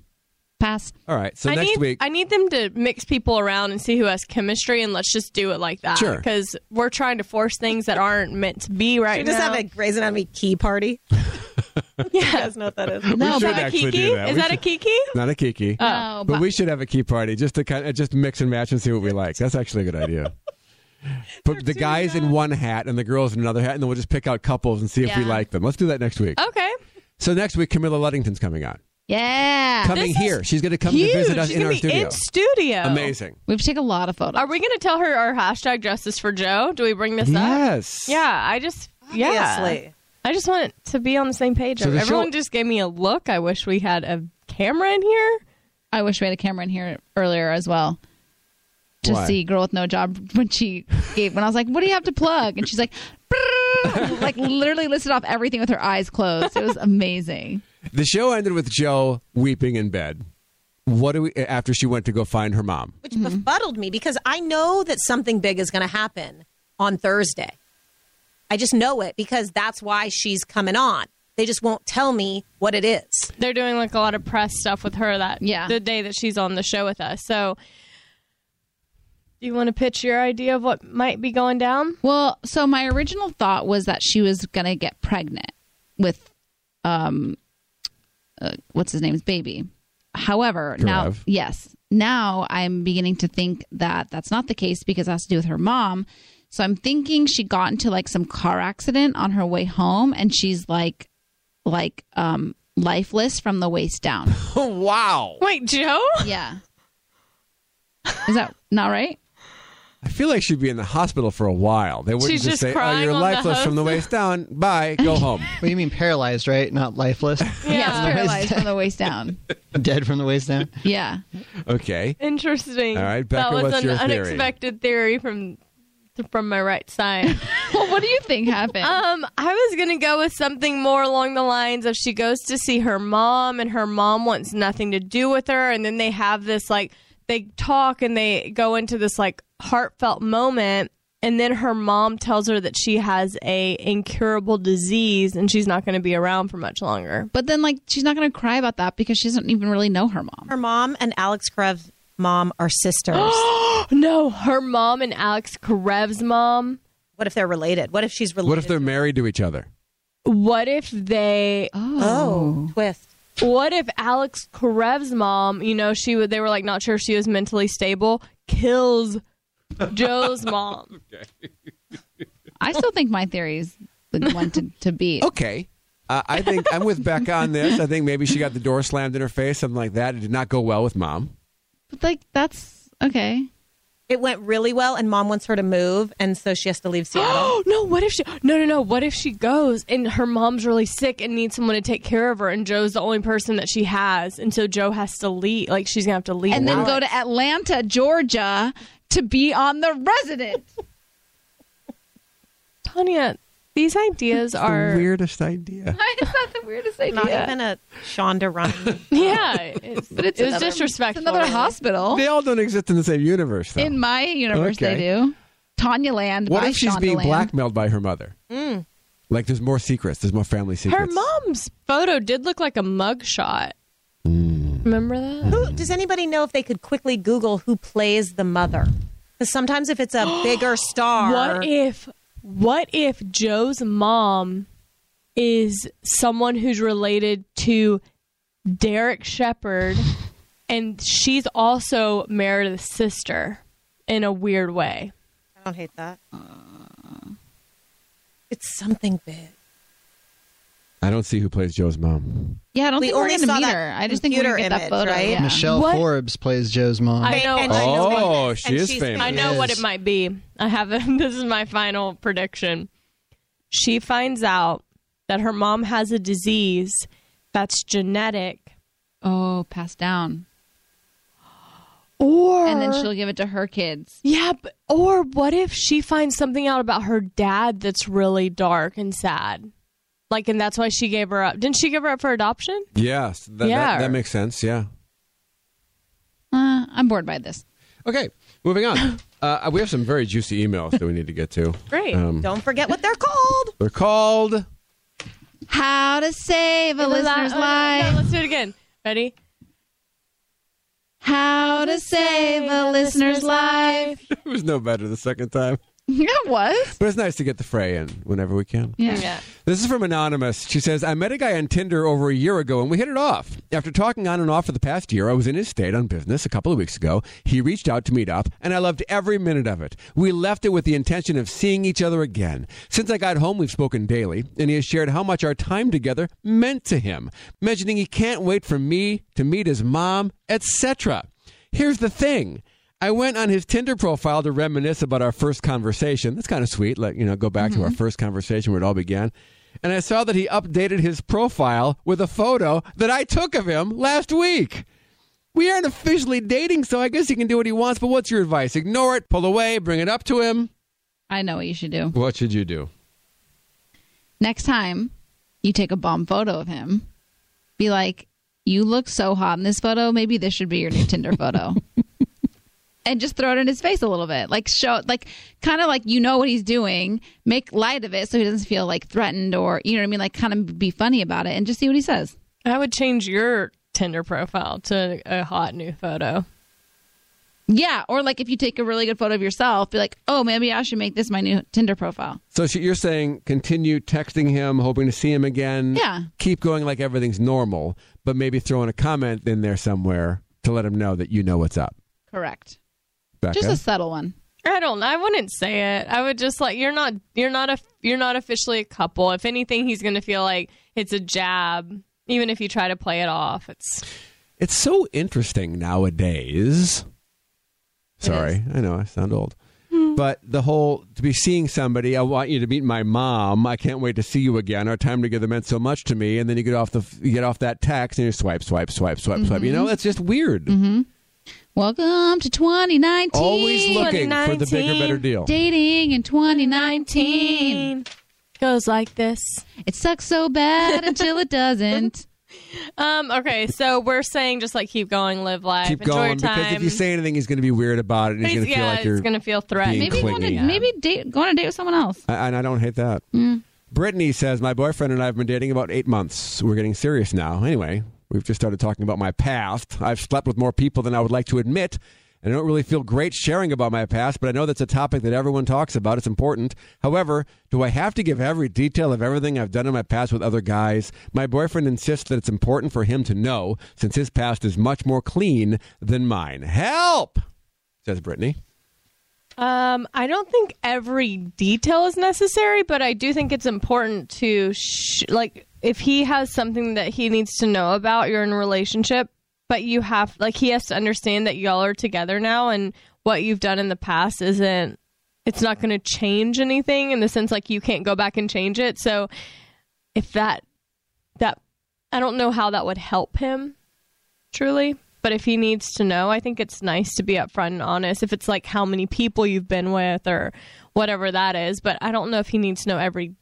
A: Pass.
E: All right. So
B: I
E: next
B: need,
E: week,
B: I need them to mix people around and see who has chemistry, and let's just do it like that.
E: Sure.
B: Because we're trying to force things that aren't meant to be right
F: Should we just
B: now.
F: have a Grey's Anatomy key party. you guys know what that is.
E: We
B: is
E: should
B: that a
E: actually do
B: kiki?
E: that.
B: Is
E: We
B: that a
E: should-
B: kiki?
E: not a kiki,
B: Oh.
E: but we should have a key party just to kind of just mix and match and see what we like. That's actually a good idea. Put the guys in one hat and the girls in another hat, and then we'll just pick out couples and see if we
B: Yeah.
E: like them. Let's do that next week.
B: Okay.
E: So next week, Camilla Luddington's coming on,
A: Yeah.
E: coming here. She's going to come
B: Huge.
E: to visit us
B: She's
E: in
B: gonna
E: our
B: be
E: studio.
B: in studio.
E: Amazing.
A: We have to take a lot of photos.
B: Are we going to tell her our hashtag justice for Joe? Do we bring this up?
E: Yes.
B: Yeah, I just yeah.
F: Obviously.
B: I just want to be on the same page.
E: So the
B: Everyone
E: show-
B: just gave me a look. I wish we had a camera in here.
A: I wish we had a camera in here earlier as well to
E: Why?
A: see girl with no job when she gave when I was like, "What do you have to plug?" and she's like, "Brrr," like literally listed off everything with her eyes closed. It was amazing.
E: The show ended with Joe weeping in bed. What do we after she went to go find her mom?
F: which befuddled me because I know that something big is going to happen on Thursday. I just know it because that's why she's coming on. They just won't tell me what it is.
B: They're doing like a lot of press stuff with her that
A: Yeah.
B: the day that she's on the show with us. So do you want to pitch your idea of what might be going down?
A: Well, so my original thought was that she was gonna get pregnant with, um, uh, what's his name's baby. However, now
M: Karev.
A: yes, now I'm beginning to think that that's not the case because it has to do with her mom. So I'm thinking she got into like some car accident on her way home, and she's like, like, um, lifeless from the waist down.
E: wow.
B: Wait, Joe?
A: Yeah. Is that not right?
E: I feel like she'd be in the hospital for a while. They wouldn't
M: She's
E: just,
M: just
E: say, "Oh,
M: crying
E: you're
M: on the
E: lifeless from the
M: hose."
E: waist down. Bye. Go home."
M: Well, you mean paralyzed, right? Not lifeless.
A: Yes, paralyzed from the waist down.
M: Dead from the waist down.
A: Yeah.
E: Okay.
B: Interesting.
M: All
B: that
M: right, Becca,
B: was
M: what's
B: an
M: your theory?
B: unexpected theory from from my right side.
A: well, what do you think happened?
B: Um, I was gonna go with something more along the lines of she goes to see her mom, and her mom wants nothing to do with her, and then they have this like they talk and they go into this like heartfelt moment. And then her mom tells her that she has a incurable disease and she's not going to be around for much longer.
A: But then, like, she's not going to cry about that because she doesn't even really know her mom.
F: Her mom and Alex Krev's mom are sisters.
B: no, her mom and Alex Krev's mom.
F: What if they're related? What if she's related?
E: What if they're married to each other?
B: What if they?
F: Oh, twist.
B: What if Alex Karev's mom? You know, she would. They were like not sure she was mentally stable. Kills Joe's mom.
A: I still think my theory is the one to, to be.
E: Okay. Uh, I think I'm with Becca on this. I think maybe she got the door slammed in her face, something like that. It did not go well with mom.
A: But like that's okay.
F: It went really well, and mom wants her to move, and so she has to leave Seattle.
B: Oh no! What if she? No, no, no. What if she goes and her mom's really sick and needs someone to take care of her, and Joe's the only person that she has, and so Joe has to leave. Like she's gonna have to leave,
A: and then
B: Alex.
A: go to Atlanta, Georgia Uh, to be on The Resident.
B: Tanya. These ideas
E: It's
B: are
E: the weirdest idea.
A: Is that the weirdest idea?
F: Not even a Shonda Rhimes.
B: yeah, it's,
A: But it's
B: it was
A: another-
B: disrespectful.
A: it's another hospital.
E: They all don't exist in the same universe, though.
A: Oh. In my universe, they
E: Okay.
A: do. Tanya Land.
E: what
A: by
E: if she's
A: Shonda
E: being
A: Land.
E: blackmailed by her mother?
B: Mm.
E: Like, there's more secrets. There's more family secrets.
B: Her mom's photo did look like a mugshot. Remember that?
F: Who does anybody know if they could quickly Google who plays the mother? Because sometimes if it's a bigger star,
B: What if what if Joe's mom is someone who's related to Derek Shepherd and she's also Meredith's sister in a weird way?
F: I don't hate that. it's something big.
E: I don't see who plays Joe's mom.
A: Yeah, I don't
F: We
A: think we're
F: only
A: going to
F: saw
A: meet
F: that
A: her. I just think we're
F: computer
A: going to get that
F: image,
A: photo.
F: right?
A: Yeah.
M: Michelle Forbes plays Joe's mom.
B: I know.
F: And
E: oh,
F: famous.
E: she
F: And
E: is
F: she's
E: famous.
B: I know what it might be. I have this is my final prediction. She finds out that her mom has a disease that's genetic
A: Oh, passed down.
B: Or
A: and then she'll give it to her kids.
B: Yeah, but, or what if she finds something out about her dad that's really dark and sad? Like, and that's why she gave her up. Didn't she give her up for adoption?
E: Yes, that, that-
B: Yeah.
E: that, makes sense. Yeah.
A: Uh, I'm bored by this.
E: Okay, moving on. uh, we have some very juicy emails that we need to get to.
B: Great.
E: Um,
F: Don't forget what they're called.
E: they're called.
A: How to save a listener's
B: Oh, no, no,
A: life.
B: let's do it again. Ready?
A: How to save a listener's life.
E: It was no better the second time,
A: Yeah, it was.
E: but it's nice to get the fray in whenever we can.
A: Yeah.
E: This is from Anonymous. She says, I met a guy on Tinder over a year ago and we hit it off. After talking on and off for the past year, I was in his state on business a couple of weeks ago. He reached out to meet up and I loved every minute of it. We left it with the intention of seeing each other again. Since I got home, we've spoken daily and he has shared how much our time together meant to him, mentioning he can't wait for me to meet his mom, etc. Here's the thing. I went on his Tinder profile to reminisce about our first conversation. That's kind of sweet. Like, you know, go back to our first conversation where it all began. And I saw that he updated his profile with a photo that I took of him last week. We aren't officially dating, so I guess he can do what he wants, but what's your advice? Ignore it, pull away, bring it up to him.
A: I know what you should do.
E: What should you do?
A: Next time you take a bomb photo of him, be like, you look so hot in this photo. Maybe this should be your new Tinder photo. and just throw it in his face a little bit. Like, show, like, kind of like you know what he's doing, make light of it so he doesn't feel like threatened or, you know what I mean? Like, kind of be funny about it and just see what he says.
B: I would change your Tinder profile to a hot new photo.
A: Yeah. Or like if you take a really good photo of yourself, be like, oh, maybe I should make this my new Tinder profile.
E: So she, you're saying continue texting him, hoping to see him again.
A: Yeah.
E: Keep going like everything's normal, but maybe throwing a comment in there somewhere to let him know that you know what's up.
A: Correct.
E: Becca?
A: Just a subtle one.
B: I don't. I wouldn't say it. I would just like you're not. You're not a. You're not officially a couple. If anything, he's gonna feel like it's a jab, even if you try to play it off. It's
E: It's so interesting nowadays. Sorry, I know I sound old.
B: Hmm.
E: But the whole to be seeing somebody, I want you to meet my mom. I can't wait to see you again. Our time together meant so much to me. And then you get off the you get off that text and you swipe, swipe, swipe, swipe, swipe. You
A: Mhm.
E: know, that's just weird.
A: Mm-hmm. Welcome to 2019.
E: Always looking for the bigger, better deal.
A: Dating in 2019
B: goes like this.
A: It sucks so bad until it doesn't.
B: Um, okay, so we're saying just like keep going, live life,
E: Keep
B: enjoy
E: going
B: your
E: because if
B: time.
E: you say anything, he's going to be weird about it. And he's,
B: He's-
E: going to feel
B: yeah,
E: like
B: he's
E: you're
B: gonna feel threatened.
E: being
A: Maybe go on a,
E: clingy.
A: maybe date go on a date with someone else.
E: I, and I don't hate that.
A: Mm.
E: Brittany says, My boyfriend and I have been dating about eight months. We're getting serious now. Anyway, we've just started talking about my past. I've slept with more people than I would like to admit. And I don't really feel great sharing about my past, but I know that's a topic that everyone talks about. It's important. However, do I have to give every detail of everything I've done in my past with other guys? My boyfriend insists that it's important for him to know since his past is much more clean than mine. Help! Says Brittany.
B: Um, I don't think every detail is necessary, but I do think it's important to sh- like if he has something that he needs to know about, you're in a relationship, but you have like he has to understand that y'all are together now and what you've done in the past isn't it's not going to change anything in the sense like you can't go back and change it. So if that that I don't know how that would help him truly. But if he needs to know, I think it's nice to be upfront and honest. If it's like how many people you've been with or whatever that is, but I don't know if he needs to know every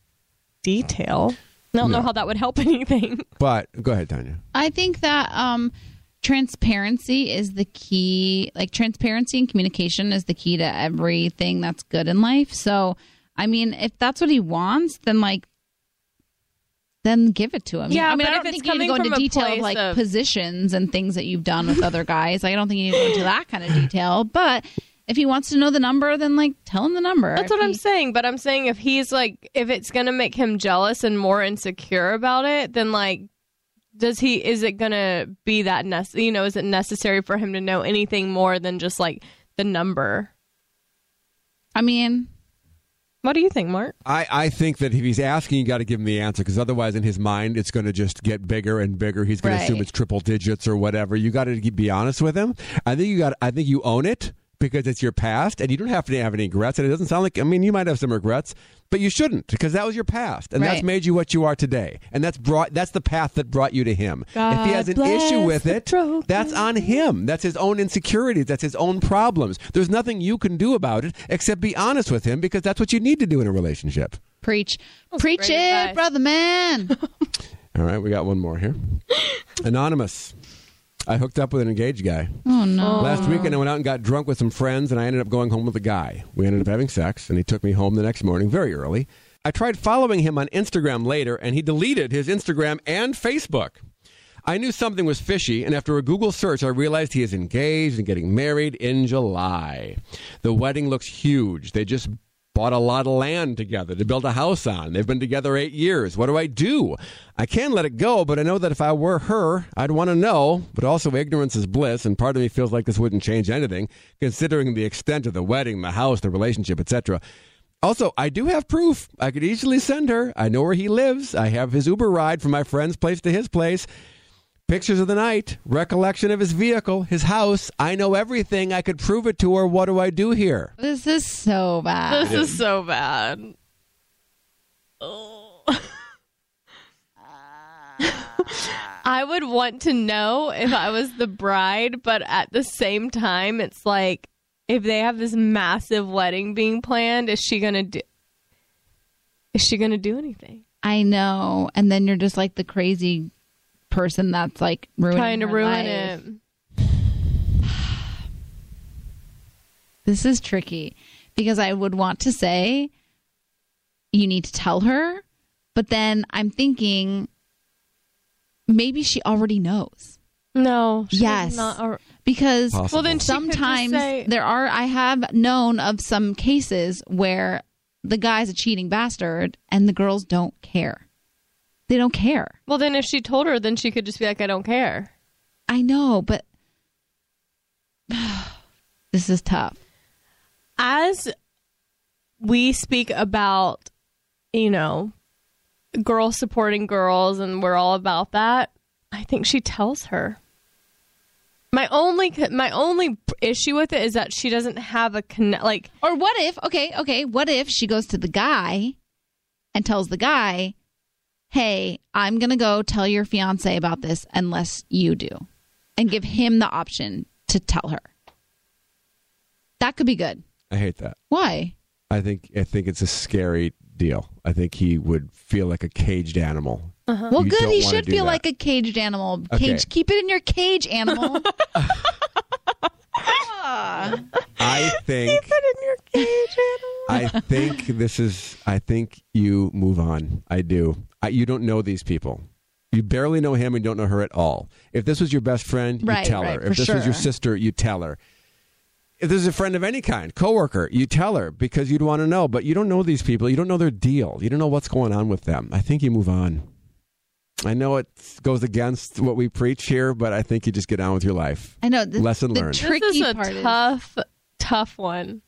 B: detail. I don't
E: Oh. No.
B: know how that would help anything.
E: But go ahead, Tanya.
A: I think that um, transparency is the key. Like transparency and communication is the key to everything that's good in life. So, I mean, if that's what he wants, then like, then give it to him.
B: Yeah,
A: I mean,
B: but
A: I don't
B: if it's
A: think you need
B: coming
A: to go into
B: from a
A: detail of
B: place
A: like
B: of-
A: positions and things that you've done with other guys. Like, I don't think you need to go into that kind of detail. But if he wants to know the number, then like, tell him the number.
B: That's
A: If
B: what I'm
A: he-
B: saying. But I'm saying if he's like, if it's going to make him jealous and more insecure about it, then like, does he, is it going to be that, nece- you know, is it necessary for him to know anything more than just like the number?
A: I mean,
B: what do you think, Mark?
E: I, I think that if he's asking, you got to give him the answer because otherwise, in his mind, it's going to just get bigger and bigger. He's going
A: Right.
E: to assume it's triple digits or whatever. You got to be honest with him. I think you got. I think you own it because it's your past, and you don't have to have any regrets. And it doesn't sound like. I mean, you might have some regrets, but you shouldn't because that was your past, and that's
N: Right.
E: made you what you are today. And that's brought. That's the path that brought you to him. if he
N: God
E: has an
N: bless
E: issue with
N: the
E: it, that's on him. That's his own insecurities. That's his own problems. There's nothing you can do about it except be honest with him because that's what you need to do in a relationship.
A: preach, preach it,
B: great advice.
A: brother man.
E: All right, we got one more here. Anonymous. I hooked up with an engaged guy.
A: Oh, no.
E: Last weekend, I went out and got drunk with some friends, and I ended up going home with a guy. We ended up having sex, and he took me home the next morning very early. I tried following him on Instagram later, and he deleted his Instagram and Facebook. I knew something was fishy, and after a Google search, I realized he is engaged and getting married in July. The wedding looks huge. They just bought a lot of land together to build a house on. They've been together eight years. What do I do? I can let it go, but I know that if I were her, I'd want to know. But also, ignorance is bliss, and part of me feels like this wouldn't change anything, considering the extent of the wedding, the house, the relationship, etc. Also, I do have proof. I could easily send her. I know where he lives. I have his Uber ride from my friend's place to his place. Pictures of the night, recollection of his vehicle, his house. I know everything. I could prove it to her. What do I do here?
A: This is so bad.
B: This is so bad. I would want to know if I was the bride, but at the same time, it's like if they have this massive wedding being planned, is she gonna do? Is she gonna do anything?
A: I know. And then you're just like the crazy person that's like ruining
B: Trying to
A: her
B: ruin
A: life.
B: it.
A: This is tricky because I would want to say you need to tell her, but then I'm thinking maybe she already knows.
B: No. she does
A: yes.
B: not al-
A: because
B: Possible. Well, then she could just
A: sometimes
B: say-
A: there are I have known of some cases where the guy's a cheating bastard and the girls don't care. They don't care.
B: Well, then if she told her, then she could just be like, "I don't care."
A: I know, but this is tough.
B: as we speak about, you know, girls supporting girls and we're all about that, I think she tells her. My only my only issue with it is that she doesn't have a connect. Like,
A: or what if? Okay, okay. What if she goes to the guy and tells the guy, "Hey, I'm gonna go tell your fiance about this unless you do," and give him the option to tell her. That could be good.
E: I hate that.
A: Why?
E: I think I think it's a scary deal. I think he would feel like a caged animal.
A: Well,
E: You
A: good.
E: don't
A: He
E: wanna
A: should
E: do
A: feel
E: that.
A: like a caged animal.
E: Okay.
A: Cage. Keep it in your cage, animal.
E: I think I think this is. I think you move on. I do. I, you don't know these people. You barely know him and don't know her at all. If this was your best friend,
A: Right,
E: you tell
A: right,
E: her.
A: for
E: If this was your
A: sure.
E: sister, you tell her. If this is a friend of any kind, coworker, you tell her because you'd want to know. But you don't know these people. You don't know their deal. You don't know what's going on with them. I think you move on. I know it goes against what we preach here, but I think you just get on with your life.
A: I know. The,
E: Lesson
A: the
E: learned.
A: tricky
B: This is a
A: part is-
B: tough, tough one.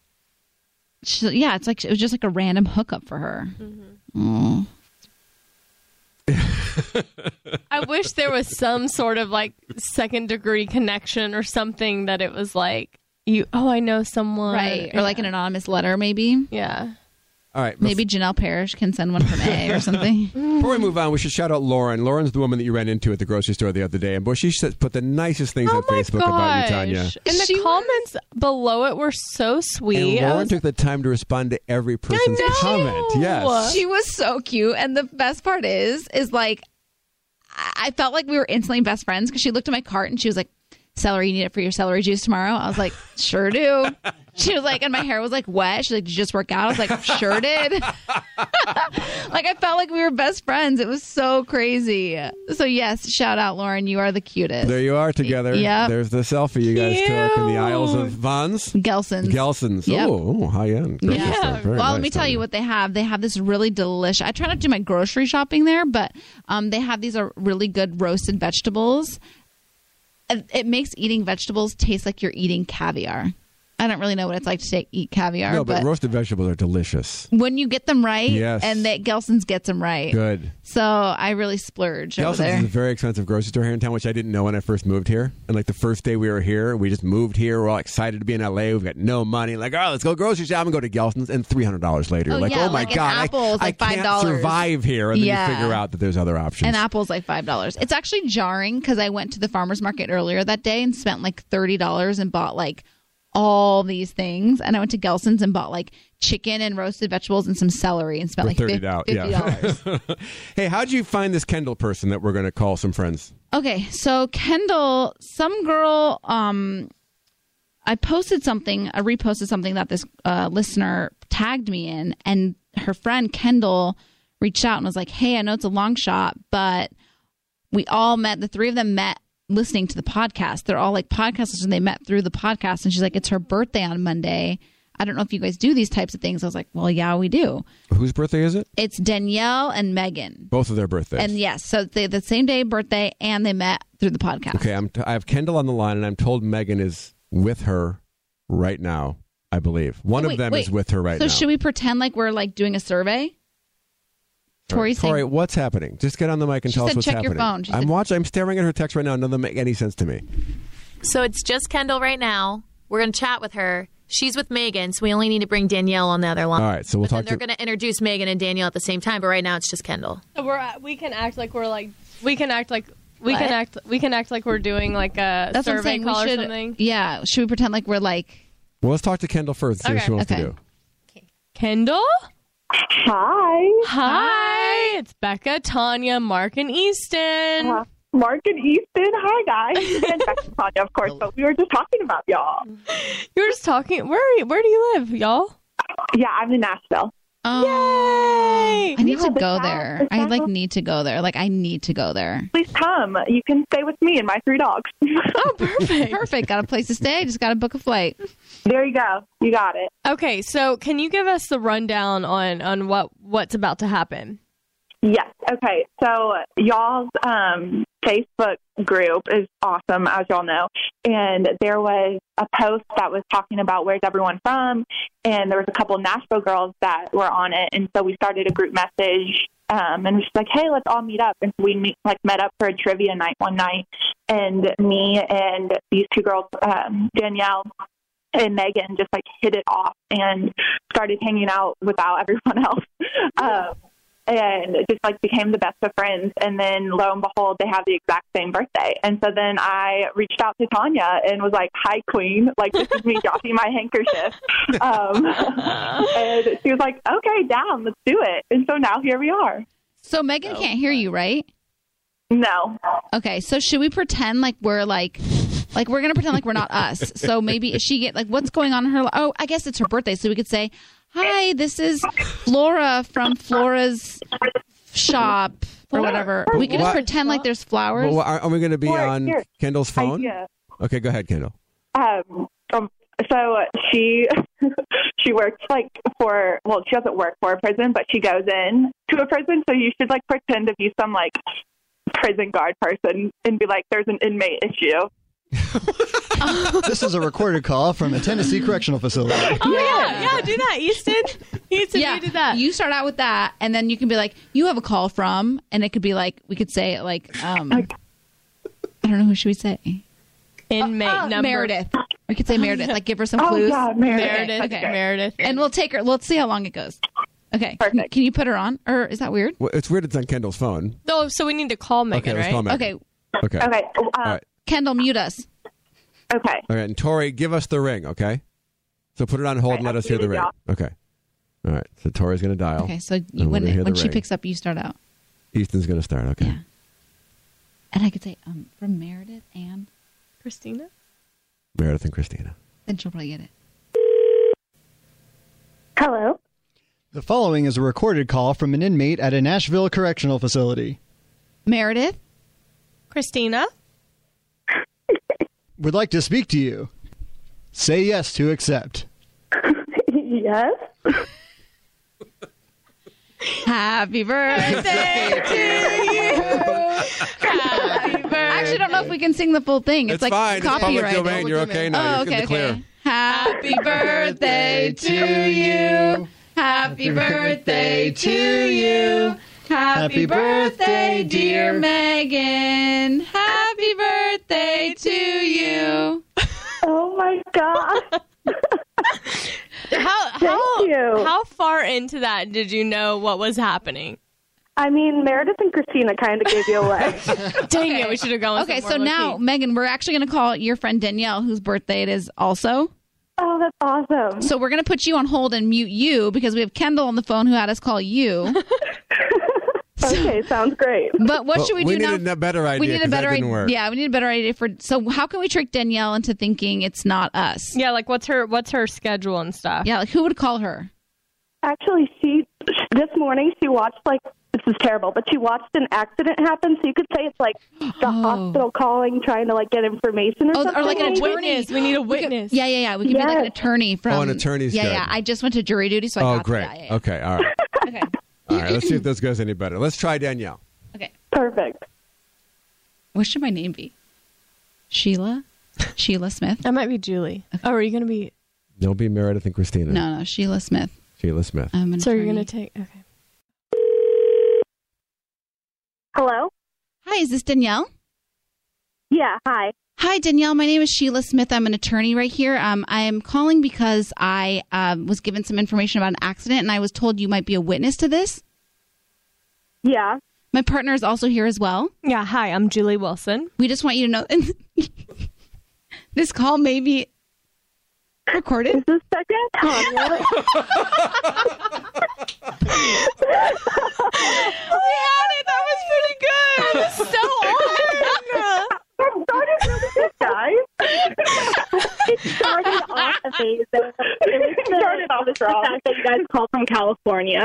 A: She- yeah, it's like it was just like a random hookup for her. Mm.
B: I wish there was some sort of like second degree connection or something that it was like you. Oh, I know someone,
A: Right, or like an anonymous letter, maybe.
B: Yeah.
E: All right.
A: Maybe Janelle Parrish can send one from A or something.
E: Before we move on, we should shout out Lauren. Lauren's the woman that you ran into at the grocery store the other day, and boy, she s- put the nicest things
A: Oh
E: on Facebook about you, Tanya.
B: And the comments below it were so
E: And
B: sweet. I
E: Lauren
B: was-
E: took the time to respond to every person's comment. Yes.
A: She was so cute. And the best part is, is like, I I felt like we were instantly best friends because she looked at my cart and she was like, celery, you need it for your celery juice tomorrow? I was like, sure do. She was like, and my hair was like wet. She's like, did you just work out? I was like, sure did. like, I felt like we were best friends. It was so crazy. So, yes, shout out, Lauren. You are the cutest.
E: there you are together.
A: Yep.
E: There's the selfie you guys took in the aisles of Vons.
A: Gelson's.
E: Gelson's.
A: Yep.
E: Oh, oh, high end.
A: Yeah. well, let me tell you what they have. They have this really delicious. I try not to do my grocery shopping there, but um, they have these are really good roasted vegetables. It it makes eating vegetables taste like you're eating caviar. I don't really know what it's like to take, eat caviar,
E: No,
A: but,
E: but roasted vegetables are delicious.
A: when you get them right,
E: Yes.
A: and that Gelson's gets them right,
E: Good.
A: So I really splurge over
E: Gelson's
A: there.
E: is a very expensive grocery store here in town, which I didn't know when I first moved here. And like the first day we were here, we just moved here. We're all excited to be in LA. We've got no money. Like, oh, let's go grocery shopping, go to Gelson's, and three hundred dollars later,
A: Oh,
E: like,
A: yeah,
E: oh my
A: like an
E: god, I-
A: apple is
E: I,
A: like
E: can't
A: $5.
E: survive here. And then
A: Yeah.
E: you figure out that there's other options.
A: An apple's like five dollars. It's actually jarring because I went to the farmers market earlier that day and spent like thirty dollars and bought like all these things. And I went to Gelson's and bought like chicken and roasted vegetables and some celery and spent
E: We're
A: like
E: thirty
A: fifty
E: dollars.
A: dollars.
E: Yeah. hey, how'd you find this Kendall person that we're going to call some friends?
A: Okay, so Kendall, some girl, um, I posted something, I reposted something that this uh, listener tagged me in, and her friend Kendall reached out and was like, "Hey, I know it's a long shot, but we all met. The three of them met." listening to the podcast they're all like podcasters and they met through the podcast and she's like it's her birthday on monday i don't know if you guys do these types of things i was like well yeah we do
E: Whose birthday is it?
A: it's danielle and megan
E: Both of their birthdays.
A: and yes, so they the same day birthday, and they met through the podcast.
E: okay, I'm t- I have Kendall on the line, and I'm told Megan is with her right now. I believe one
A: Oh, Wait,
E: of them is
A: wait.
E: with her right
A: so
E: now.
A: should we pretend like we're like doing a survey? Tori's
E: Tori,
A: saying-
E: what's happening? Just get on the mic and
A: She
E: tell us
A: said
E: what's
A: check your
E: happening.
A: phone. She
E: I'm
A: said-
E: watching. I'm staring at her text right now. None of them make any sense to me.
N: So it's just Kendall right now. We're going to chat with her. She's with Megan, so we only need to bring Danielle on the other line.
E: All right, so we'll
N: But then
E: talk
N: they're
E: to-
N: going to introduce Megan and Danielle at the same time, but right now it's just Kendall.
B: We're at- we can act like we're like we can act like we
A: What?
B: can act we can act like we're doing like a
A: That's what I'm
B: survey
A: saying. We
B: call or
A: should-
B: something.
A: Yeah, should we pretend like we're like
E: Well, let's talk to Kendall first. See what
A: Okay.
E: she wants
A: Okay.
E: to do.
B: Kendall?
O: Hi.
B: Hi. It's Becca, Tanya, Mark, and Easton.
O: Uh, Mark and Easton. Hi, guys. And back to Tanya, of course, but we were just talking about y'all.
B: You were just talking. Where are you, where do you live, y'all?
O: Yeah, I'm in Nashville.
A: Oh, I need
O: Yeah,
A: to
O: the
A: go
O: south-
A: there.
O: the
A: I like
O: south.
A: need to go there. Like I need to go there.
O: Please come. You can stay with me and my three dogs.
B: Oh, perfect.
A: perfect. Got a place to stay. Just got to book a flight.
O: There you go. You got it.
B: Okay, so can you give us the rundown on on what what's about to happen?
O: Yes. Okay. So y'all's um, Facebook group is awesome, as y'all know. And there was a post that was talking about where's everyone from, and there was a couple of Nashville girls that were on it, and so we started a group message. Um, and we was just like, hey, let's all meet up. And so we meet, like met up for a trivia night one night, and me and these two girls, um, Danielle and Megan, just like hit it off and started hanging out without everyone else. Um, and it just like became the best of friends. And then lo and behold, they have the exact same birthday. And so then I reached out to Tanya and was like, "Hi, Queen! Like this is me dropping my handkerchief." Um, and she was like, "Okay, down, let's do it." And so now here we are.
A: So Megan can't hear you, right?
O: No.
A: Okay, so should we pretend like we're like like we're gonna pretend like we're not us? So maybe if she get like what's going on in her? li- Oh, I guess it's her birthday, so we could say, "Hi, this is Flora from Flora's shop or whatever." We could just
E: What?
A: pretend like there's flowers.
E: Well, are, are we going to be
O: Or
E: on
O: here.
E: Kendall's phone?
O: Idea.
E: Okay, go ahead, Kendall.
O: Um, um, so she she works like for well, she doesn't work for a prison, but she goes in to a prison. So you should like pretend to be some like prison guard person and be like, "There's an inmate issue."
M: this is a recorded call from a Tennessee correctional facility.
B: Oh yeah, yeah, do that, Easton. Easton,
A: yeah,
B: you do that.
A: You start out with that, and then you can be like, "You have a call from," and it could be like, we could say like, um, I don't know who should we say?
B: Inmate
A: Uh, uh,
B: number
A: Meredith. We could say Meredith. Like, give her some
B: Oh,
A: clues.
B: yeah, Meredith. Meredith, Meredith.
A: And we'll take her. Let's see how long it goes. Okay. Perfect. Can you put her on, or is that weird?
E: Well, it's weird it's on Kendall's phone.
B: No, so we need to call
E: Megan, let's right? call Megan.
A: Okay.
E: Okay. Okay,
A: Oh,
O: Um,
E: All right.
A: Kendall, mute us.
O: Okay.
E: All right, and Tori, give us the ring, okay? So put it on hold and let us hear the ring. Okay. All right. So Tori's going to dial.
A: Okay. So
E: and
A: you,
E: Oh. we're
A: when
E: gonna hear the
A: when she
E: ring.
A: picks up, you start out,
E: Easton's going to start. Okay.
A: and I could say um, from Meredith and Christina.
E: Meredith and Christina.
A: Then she'll probably get it.
O: Hello.
M: The following is a recorded call from an inmate at a Nashville correctional facility.
A: Meredith.
B: Christina.
M: Would like to speak to you. Say yes to accept.
O: yes.
A: Happy birthday to you. I actually don't know if we can sing the full thing. It's,
E: It's
A: like
E: fine. It's public
A: copyrighted.
E: domain. You're okay now.
A: Oh,
E: You're good
A: okay,
E: to clear.
A: okay. Happy birthday to you. Happy birthday to you. Happy
M: Happy
A: birthday,
M: birthday,
A: dear
M: dear
A: Megan. Happy birthday to you.
O: Oh my god.
B: How how how far into that did you know what was happening?
O: I mean, Meredith and Christina kind of gave you away.
B: Dang it, we should have gone. With
A: Okay,
B: it more
A: so now,
B: low-key.
A: Megan, we're actually going to call your friend Danielle, whose birthday it is also.
O: Oh, that's awesome.
A: So we're going to put you on hold and mute you because we have Kendall on the phone who had us call you.
O: okay, sounds great.
A: But what
E: Well,
A: should we do
E: we
A: now?
E: need a better idea.
A: we need a
E: 'cause that
A: better
E: didn't
A: idea.
E: work.
A: Yeah, we need a better idea for. So how can we trick Danielle into thinking it's not us?
B: yeah, like what's her what's her schedule and stuff?
A: Yeah, like who would call her?
O: Actually, she this morning she watched like this is terrible, but she watched an accident happen. So you could say it's like the hospital calling, trying to like get information or
A: Oh,
O: something.
A: or like an
O: maybe.
A: attorney. We need a witness. yeah, yeah, yeah. We could be like an
O: Yes.
A: attorney from.
E: Oh, an attorney's
A: Um, Yeah,
E: good.
A: yeah. I just went to jury duty, so I
E: oh,
A: got
E: great.
A: that. Yeah,
E: Okay. All right.
A: Okay.
E: All right. Let's see if this goes any better. Let's try Danielle.
A: Okay.
O: Perfect.
A: What should my name be? Sheila. Sheila Smith.
B: That might be Julie. Oh, are you gonna be?
E: There'll be Meredith and Christina.
A: No, Uh, no. Sheila Smith.
E: Sheila Smith.
A: I'm an
B: So you're
A: attorney.
B: gonna take? Okay.
O: Hello?
A: Hi, is this Danielle?
O: Yeah, hi.
A: Hi, Danielle. My name is Sheila Smith. I'm an attorney right here. Um, I am calling because I um, was given some information about an accident and I was told you might be a witness to this.
O: Yeah.
A: My partner is also here as well.
B: Yeah. Hi, I'm Julie Wilson.
A: We just want you to know this call may be recorded. Is
O: this second?
B: That was pretty good.
O: It started really good, guys. it started off amazing. It started off strong. The fact that you guys called from California.
E: Oh,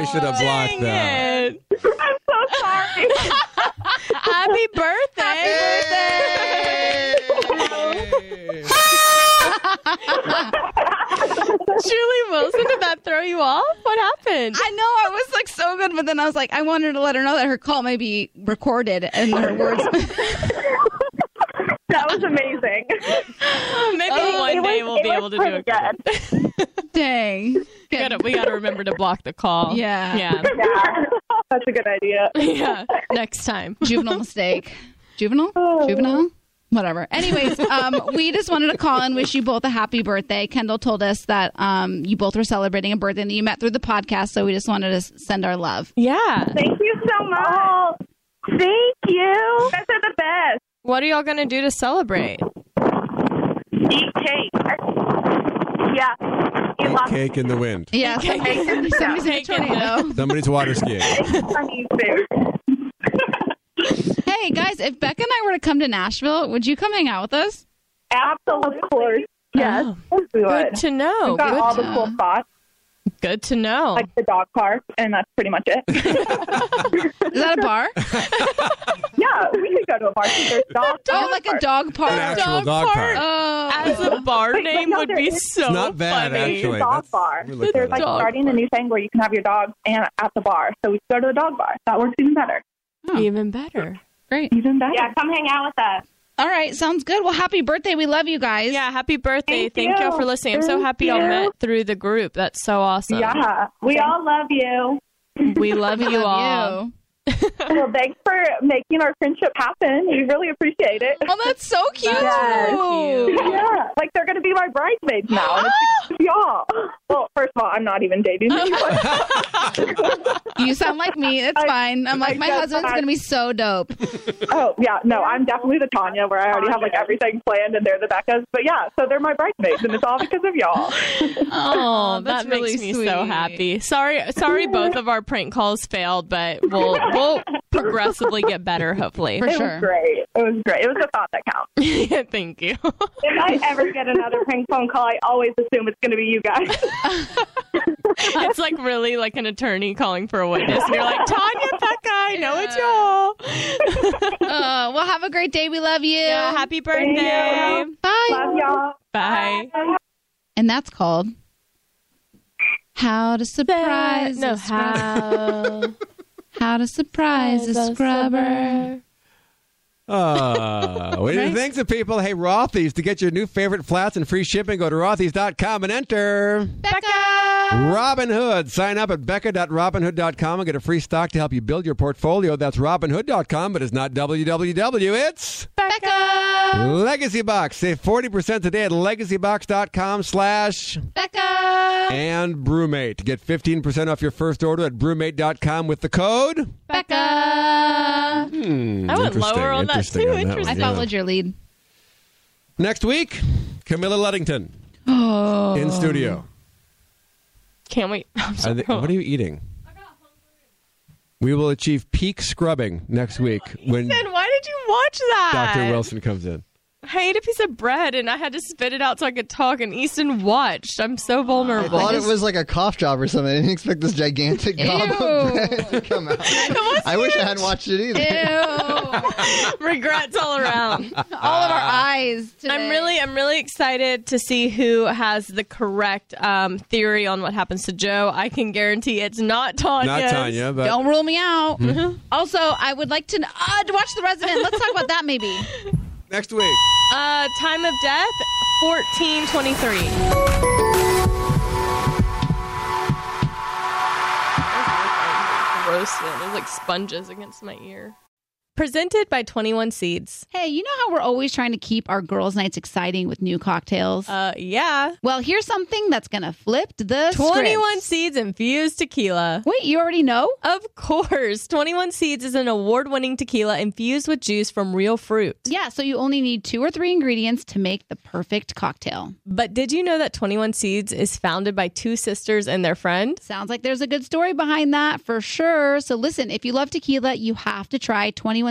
E: we should have blocked that.
O: I'm so sorry.
B: Happy birthday! Julie Wilson, did that throw you off? What happened?
A: I know I was like so good, but then I was like, I wanted to let her know that her call may be recorded and her words.
O: That was amazing.
B: Maybe
O: Oh,
B: one
O: it
B: day
O: was-
B: we'll
O: it
B: be
O: was
B: able to do it.
O: pretty
A: Dang.
B: We gotta, we gotta remember to block the call.
A: Yeah.
B: Yeah.
O: good. Yeah. That's a good idea.
B: yeah, next time.
A: Juvenile mistake. Juvenile?
O: Oh.
A: Juvenile? Whatever. Anyways, um, we just wanted to call and wish you both a happy birthday. Kendall told us that um, you both were celebrating a birthday and that you met through the podcast, so we just wanted to s- send our love.
B: Yeah.
O: Thank you so much. Oh, thank you. You guys are the best.
B: What are y'all gonna do to celebrate?
O: Eat cake. Yeah. Eat lots
E: Cake in the wind.
A: Yeah, somebody's, somebody's in a tornado.
E: Somebody's water skiing.
O: of funny food.
A: Hey guys, if Becca and I were to come to Nashville, would you come hang out with us?
O: Absolutely. Of course. Yes.
B: Oh, Good to know.
O: We got
B: Good
O: all
B: to
O: the cool spots,
B: Good to know.
O: like the dog park, and that's pretty much it.
A: Is that a bar?
O: yeah, we could go to a bar. There's dog
A: oh, like a dog park.
E: An actual dog park.
A: Oh.
B: As a bar
O: Wait, but
B: name
O: no,
B: would
O: there
B: be
O: is-
B: so
E: It's not bad,
B: funny.
E: actually.
O: dog
E: That's-
O: bar.
E: we're looking
O: There's
E: at
O: like
E: it.
O: starting a new thing where you can have your dogs and at the bar. So we should go to the dog bar. That works even better.
B: Even better.
A: Great.
O: Even better. Yeah, come hang out with us.
A: All right, sounds good. Well, happy birthday. We love you guys.
B: Yeah, happy birthday.
O: Thank
B: Thank, y'all
O: you.
B: for listening. I'm so
O: Thank
B: happy y'all
O: you.
B: met through the group. That's so awesome.
O: Yeah, we all love you.
B: We love you all.
A: You.
O: Well, thanks for making our friendship happen. We really appreciate it.
A: Oh, that's so cute.
O: Yeah, like they're going to be my bridesmaids now. and it's because of y'all. Well, first of all, I'm not even dating anyone.
A: You sound like me. It's fine. I'm like, my
O: I-
A: husband's going to be so dope.
O: oh, yeah, no, I'm definitely the Tanya where I already have like everything planned and they're the Beccas. But yeah, so they're my bridesmaids and it's all because of y'all.
B: Oh, that
A: that's
B: makes
A: really
B: me
A: sweet.
B: so happy. Sorry, sorry, both of our prank calls failed, but we'll we'll progressively get better, hopefully.
A: For
O: it
A: sure.
O: was great. It was great. It was the thought that counts.
B: Yeah, Thank you.
O: If I ever get another prank phone call, I always assume it's going to be you guys.
B: it's like really like an attorney calling for a witness. And you're like Tanya Becca, I know it's y'all.
A: Uh, well, have a great day. We love you.
B: Yeah, happy birthday.
A: Bye.
O: Love y'all.
B: Bye.
A: And that's called How to Surprise
B: no
A: a Scrub-
B: how
A: How to Surprise a Scrubber.
E: Uh, what do you think, the people? Hey, Rothy's, to get your new favorite flats and free shipping, go to rothys.com and enter.
A: Becca!
E: Robin Hood. Sign up at becca.robinhood.com and get a free stock to help you build your portfolio. That's robinhood.com, but it's not www. It's
A: Becca!
E: Legacy Box. Save 40% today at legacybox.com slash
A: Becca!
E: and brewmate. Get 15% off your first order at brewmate.com with the code. Hmm,
B: I
A: Becca!
B: went
E: interesting,
B: lower on that
E: interesting
B: too.
E: on that one,
A: I
B: Interesting.
E: yeah.
A: followed your lead.
E: Next week, Camilla Luddington
A: Oh.
E: in studio.
B: Can't wait. I'm
E: Are
B: so
E: they- what are you eating? We will achieve peak scrubbing next week when
B: Ethan, why did you watch that?
E: Dr. Wilson comes in.
B: I ate a piece of bread and I had to spit it out so I could talk, and Easton watched. I'm so
M: I
B: vulnerable.
M: thought it was like a cough job or something. I didn't expect this gigantic gob of
A: Ew.
M: bread to come out. I wish I hadn't watched it either.
A: Ew.
B: Regrets all around.
A: All of our
E: Ah.
A: eyes. Today.
B: I'm really, I'm really excited to see who has the correct um, theory on what happens to Joe. I can guarantee it's not Tanya. Mm-hmm.
E: Not Tanya, but Hmm.
A: Don't rule me out. Also, I would like to uh, to watch The Resident. Let's talk about that maybe.
E: next week.
B: Uh, time of death, fourteen twenty-three. Roasted. There's like sponges against my ear. Presented by Twenty One Seeds.
A: Hey, you know how we're always trying to keep our girls' nights exciting with new cocktails?
B: Uh, yeah.
A: well, here's something that's going to flip the
B: 21
A: script.
B: Seeds infused tequila.
A: Wait, you already know?
B: Of course, 21 Seeds is an award winning tequila infused with juice from real fruit.
A: Yeah, so you only need two or three ingredients to make the perfect cocktail.
B: But did you know that 21 Seeds is founded by two sisters and their friend?
A: Sounds like there's a good story behind that for sure. So listen, if you love tequila, you have to try 21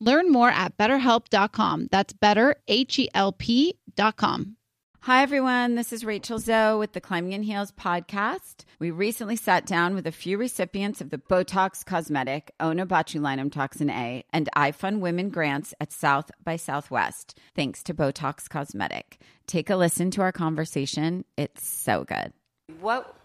A: Learn more at betterhelp.com. That's better, H E L P.com.
C: Hi, everyone. This is Rachel Zoe with the Climbing in Heels podcast. We recently sat down with a few recipients of the Botox Cosmetic Onabotulinum Toxin A and iFund Women grants at South by Southwest, thanks to Botox Cosmetic. Take a listen to our conversation. It's so good.
P: What